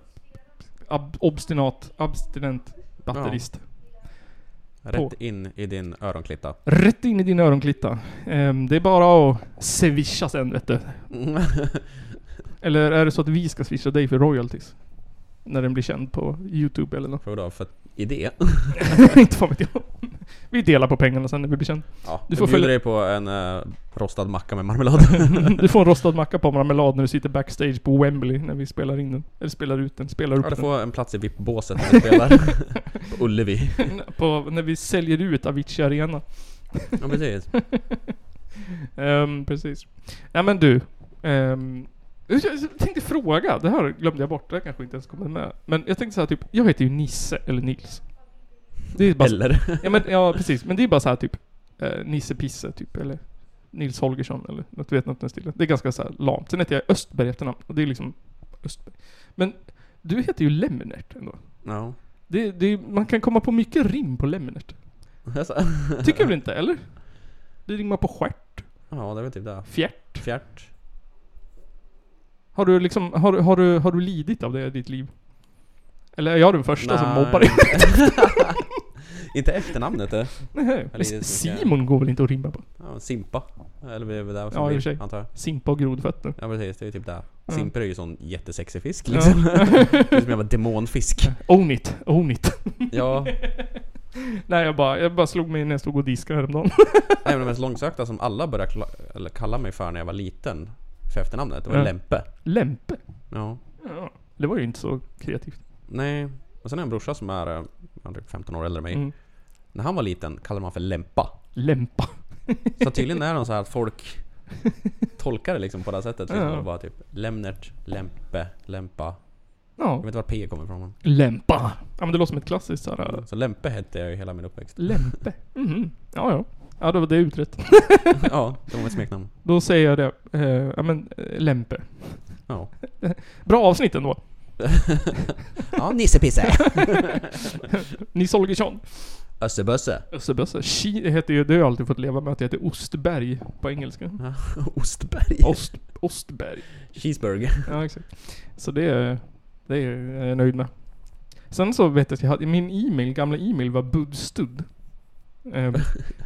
A: ab- obstinat, abstinent batterist. På-
D: Rätt in i din öronklitta.
A: Rätt in i din öronklitta. Ehm, det är bara att swisha sen vet du. eller är det så att vi ska swisha dig för royalties? När den blir känd på Youtube eller något.
D: För vadå? För idé?
A: Inte fan vet jag. Vi delar på pengarna sen när vi blir känd.
D: Ja,
A: du
D: du
A: får
D: bjuder
A: följa...
D: dig på en eh, rostad macka med marmelad.
A: du får en rostad macka på marmelad när du sitter backstage på Wembley när vi spelar in den. Eller spelar ut den. Spelar upp
D: Ja, du
A: den.
D: får en plats i VIP-båset när vi spelar. på Ullevi.
A: på, när vi säljer ut Avicii Arena.
D: Ja, precis.
A: Ehm, precis. Ja men du. ehm, jag jag tänkte fråga, det här glömde jag bort, det här kanske inte ens kommer med. Men jag tänkte så här typ, jag heter ju Nisse eller Nils. Det är bara
D: Eller?
A: Ja, men, ja precis, men det är bara så här typ eh, Nisse Pisse typ, eller Nils Holgersson eller något, du vet något i den stilen. Det är ganska så här lamt. Sen heter jag Östberg i efternamn och det är liksom Östberg. Men du heter ju Lemnert ändå.
D: Ja.
A: Det, det, man kan komma på mycket rim på Lemnert.
D: Alltså.
A: Tycker du inte, eller? Det rimmar på stjärt.
D: Ja, det är väl typ det.
A: Fjärt.
D: Fjärt.
A: Har du liksom, har, du- har, du, har du lidit av det i ditt liv? Eller är jag den första som
D: Nej.
A: mobbar dig?
D: Inte efternamnet det.
A: Nej,
D: Eller det som kan-
A: Simon går väl inte att rimma på?
D: Ja, Simpa. Eller det är väl det som
A: Ja i och
D: vi-
A: för sig.
D: antar jag.
A: Simpa och grodfötter.
D: Ja precis, det är ju typ det.
A: Ja.
D: Simper är ju sån jättesexig fisk
A: Ja.
D: liksom. Det är som en jävla demonfisk.
A: Own it, own it.
D: Ja.
A: Nej jag bara, jag bara slog mig när jag stod och diskade häromdagen.
D: Nej men det mest långsökta som alla började kla- eller kalla mig för när jag var liten. För efternamnet, det var
A: Ja.
D: Lempe.
A: Lämpe?
D: Ja.
A: Ja. Det var ju inte så kreativt.
D: Nej. Och sen har jag en brorsa som är eh, han är typ 15 år äldre än mig.
A: Mm.
D: När han var liten kallade man för Lempa.
A: Lämpa.
D: Så tydligen är det så här att folk tolkar det liksom på det här sättet. Liksom.
A: Ja.
D: Och bara typ Lemnert, Lempe, Lempa.
A: Ja.
D: Jag vet inte var P kommer ifrån. men-
A: Lämpa. Ja men det låter som ett klassiskt såhär...
D: Så Lempe hette jag ju hela min uppväxt.
A: Lämpe. Mhm. Ja, ja. Ja, då var det utrett.
D: ja, det var mitt smeknamn.
A: Då säger jag det. Eh, ja men, eh, Lämpe.
D: Ja.
A: Bra avsnitt ändå.
D: Ja, nissepisse.
A: Nils Holgersson.
D: Össebösse.
A: Össebösse. Ki- det heter ju, det har jag alltid fått leva med, att det heter Ostberg på engelska.
D: Ostberg?
A: Ost, Ostberg.
D: Cheeseburger.
A: Ja, exakt. Så det, är- det är jag är nöjd med. Sen så vet jag att jag hade, min e-mail, gamla e-mail var Budstud. Ehm,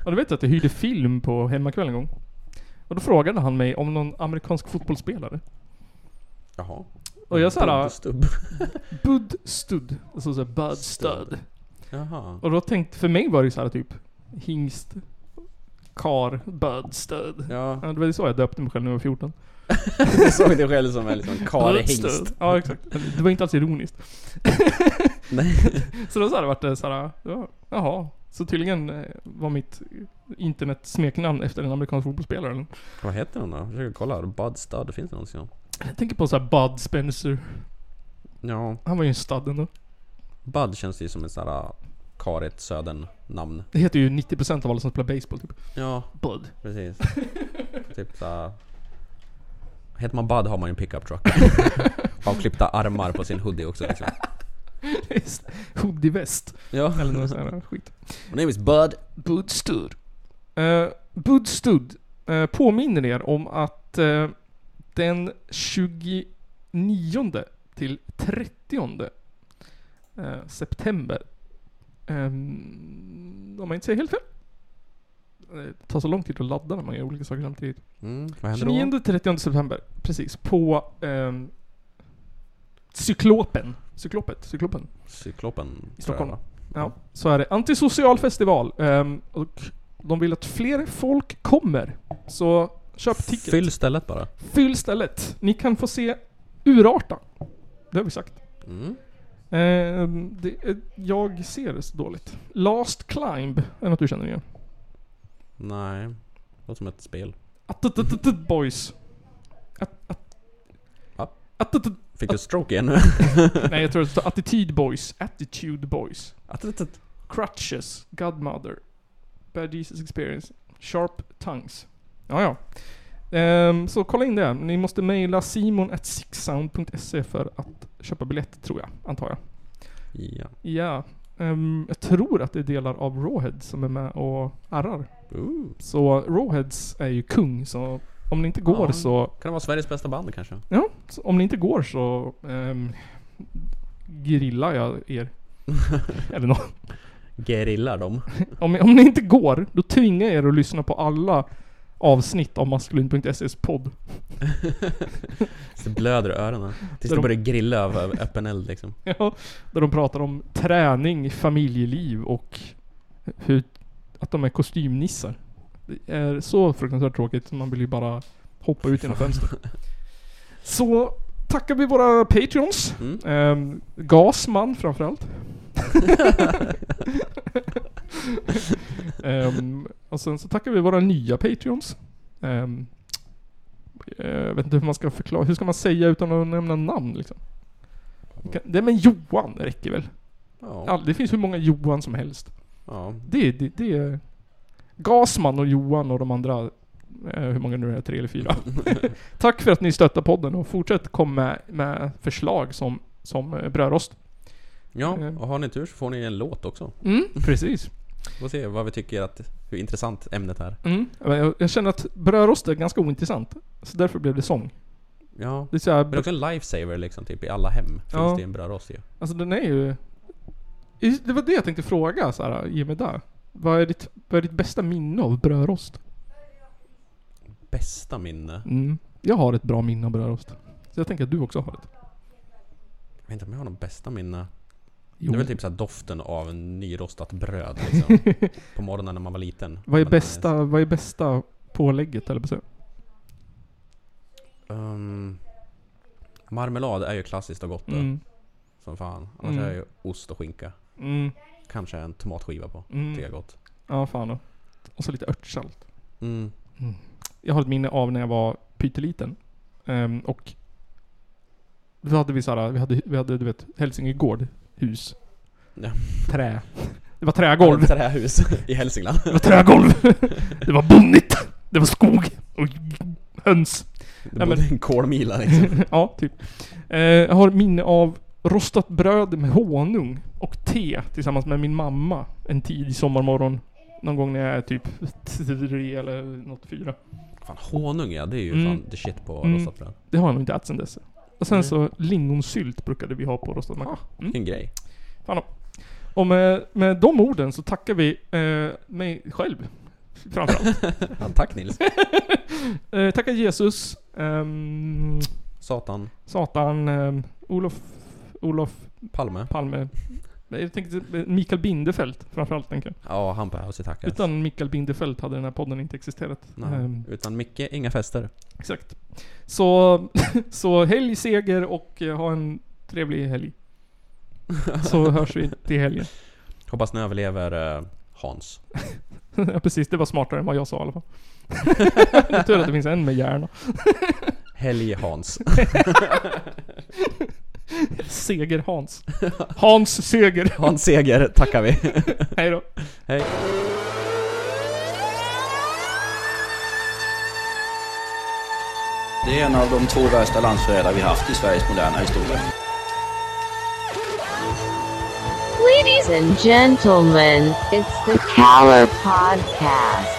A: och du vet jag att jag hyrde film på hemmakväll en gång. Och då frågade han mig om någon amerikansk fotbollsspelare.
D: Jaha.
A: Och jag såhär...
D: Buddstubb.
A: Budstud. Alltså såhär Bud Stud.
D: Jaha.
A: Och då tänkte, för mig var det såhär typ hingst, kar, Bud Stud.
D: Ja.
A: Det var ju så jag döpte mig själv när jag var 14.
D: Jag såg dig själv som en liksom karlhingst.
A: Brödstöd. Ja, exakt. Det var inte alls ironiskt.
D: Nej.
A: Så då så här vart det såhär, ja, jaha. Så tydligen eh, var mitt internet-smeknamn efter en amerikansk fotbollsspelare. eller?
D: Vad heter hon då? Jag försöker kolla. Bud Stud, finns det någon sån?
A: Jag tänker på såhär Bud Spencer.
D: Ja.
A: Han var ju en stud ändå.
D: Bud känns ju som ett sånt här Karit Södern-namn.
A: Det heter ju 90% av alla som spelar baseball typ.
D: Ja.
A: Bud.
D: Precis. typ såhär... Heter man Bud har man ju en pickup truck. Avklippta armar på sin hoodie också liksom.
A: Hoodie väst.
D: Ja.
A: Eller något sånt här skit.
D: My name is Bud.
A: Bud Stud. Eh, Bud Stud eh, påminner er om att eh, den 29 till 30 eh, september, ehm, om jag inte säger helt fel, Eh, det tar så lång tid att ladda när man gör olika saker samtidigt.
D: Mm, vad händer då?
A: 29-30 september, precis, på ehm, Cyklopen. Cyklopet, Cyklopen.
D: Cyklopen. tror
A: I Stockholm.
D: jag, va?
A: Ja, så är det. Antisocial festival. ehm, och de vill att fler folk kommer. Så köp ticket.
D: Fyll stället bara.
A: Fyll stället. Ni kan få se Urarta. Det har vi sagt. Mm. Ehm, det, eh, jag ser det så dåligt. Last Climb är något du känner igen.
D: Nej. Låter som ett spel.
A: Attutututut boys. Attutut.
D: Fick du stroke igen nu?
A: Nej, jag tror det står Attitude Boys. Attitude Boys. Crutches. Godmother. Bad Jesus Experience. Sharp Tongues. Ja, ja. Ehm, så kolla in det. Ni måste mejla simon at sixsound.se för att köpa biljett, tror jag. Antar jag.
D: Ja.
A: Ja. Ehm, jag tror att det är delar av Rawheads som är med och arrar. Så Rawheads är ju kung, så om ni inte går
D: Ja,
A: så...
D: Kan det vara Sveriges bästa band kanske?
A: Ja, så om ni inte går så ehm, grillar jag er. Eller nå.
D: Gerillar dem.
A: Om, om ni inte går, då tvingar jag er att lyssna på alla avsnitt av maskulin.ses podd.
D: Så det blöder i öronen.
A: Så
D: Tills du
A: de-
D: börjar grilla över öppen eld liksom.
A: Ja, där de pratar om träning, familjeliv och hur, att de är kostymnissar. Det är så fruktansvärt tråkigt så man vill ju bara hoppa ut genom fönstret. Så tackar vi våra patreons.
D: Mm.
A: Ehm, Gasman framförallt. Ehm, och sen så tackar vi våra nya patreons. Ehm, eh, jag vet inte hur man ska förklara. Hur ska man säga utan att nämna namn liksom? Kan- Nej men Johan räcker väl?
D: Ja.
A: All- Det finns hur många Johan som helst.
D: Ja.
A: Det, det, det är... Gasman och Johan och de andra... eh, Hur många nu är det? Tre eller fyra? Tack för att ni stöttar podden och fortsätt komma med, med förslag som, som eh, brödrost.
D: Ja, och har ni tur så får ni en låt också.
A: Mm, precis.
D: Får se vad vi tycker att, hur intressant ämnet är.
A: Mm. Men Jag, jag känner att brödrost är ganska ointressant. Så därför blev det sång.
D: Ja.
A: Det är så här-
D: Men också en lifesaver liksom, typ i alla hem. Finns
A: Ja.
D: det en brödrost ju.
A: Alltså den är ju... Just- Det var det jag tänkte fråga så här, ge mig där. Vad är, ditt, vad är ditt bästa minne av brödrost?
D: Bästa minne.
A: Mm. Jag har ett bra minne av brödrost. Så jag tänker att du också har ett.
D: Jag vet inte om jag har något bästa minne.
A: Jo.
D: Det är väl typ så här doften av en nyrostat bröd liksom. på morgonen när man var liten.
A: Vad är
D: Men,
A: bästa, vad är bästa pålägget eller så?
D: ehm, marmelad är ju klassiskt och gott då.
A: Mm.
D: Som fan. Annars
A: Mm.
D: är ju ost och skinka.
A: Mm.
D: Kanske en tomatskiva på.
A: Mm.
D: Tycker jag är gott.
A: Ja, fan då. Och så lite örtsalt.
D: Mm.
A: Mm. Jag har ett minne av när jag var pytteliten. Ehm, och då hade vi såhär, vi hade, vi hade du vet, Hälsinge gård, hus.
D: Ja.
A: Trä. Det var trägolv.
D: Ja, det var trähus i Hälsingland.
A: Det var trägolv. Det var bonnigt. Det var skog. Och höns.
D: Det bodde en kolmila, liksom.
A: ja, typ. Eh, jag har minne av rostat bröd med honung och te tillsammans med min mamma en tidig sommarmorgon. Någon gång när jag är typ tre eller något fyra.
D: Fan, honung ja, det är ju fan the shit på
A: Mm.
D: rostat bröd.
A: Det har jag nog inte ätit sedan dess. Och sen så lingonsylt brukade vi ha på rostad macka. Mm.
D: Vilken grej.
A: Fan om. Och med, med de orden så tackar vi eh, mig själv. Framförallt.
D: Tack Nils.
A: eh, tackar Jesus. ehm,
D: Satan.
A: Satan. ehm, Olof... Olof...
D: Palme.
A: Palme. Nej, Jag tänkte eh, Mikael Bindefeld framförallt tänker jag.
D: Ja, han behövs ju tackas. Utan,
A: Utan Mikael Bindefeld hade den här podden inte existerat. Ehm,
D: Utan Micke, inga fester.
A: Exakt. Så, så helg, seger och eh, ha en trevlig helg. Så hörs vi till helgen.
D: Hoppas ni överlever eh, Hans.
A: Ja, precis, det var smartare än vad jag sa i alla fall. Det är Tur att det finns en med hjärna.
D: Helg Hans.
A: Seger Hans. Hans Seger.
D: Hans Seger tackar vi.
A: Hej då.
D: Hej.
N: Det är en av de två värsta landsförrädare vi haft i Sveriges moderna historia.
B: Ladies and gentlemen, it's the Caller Podcast.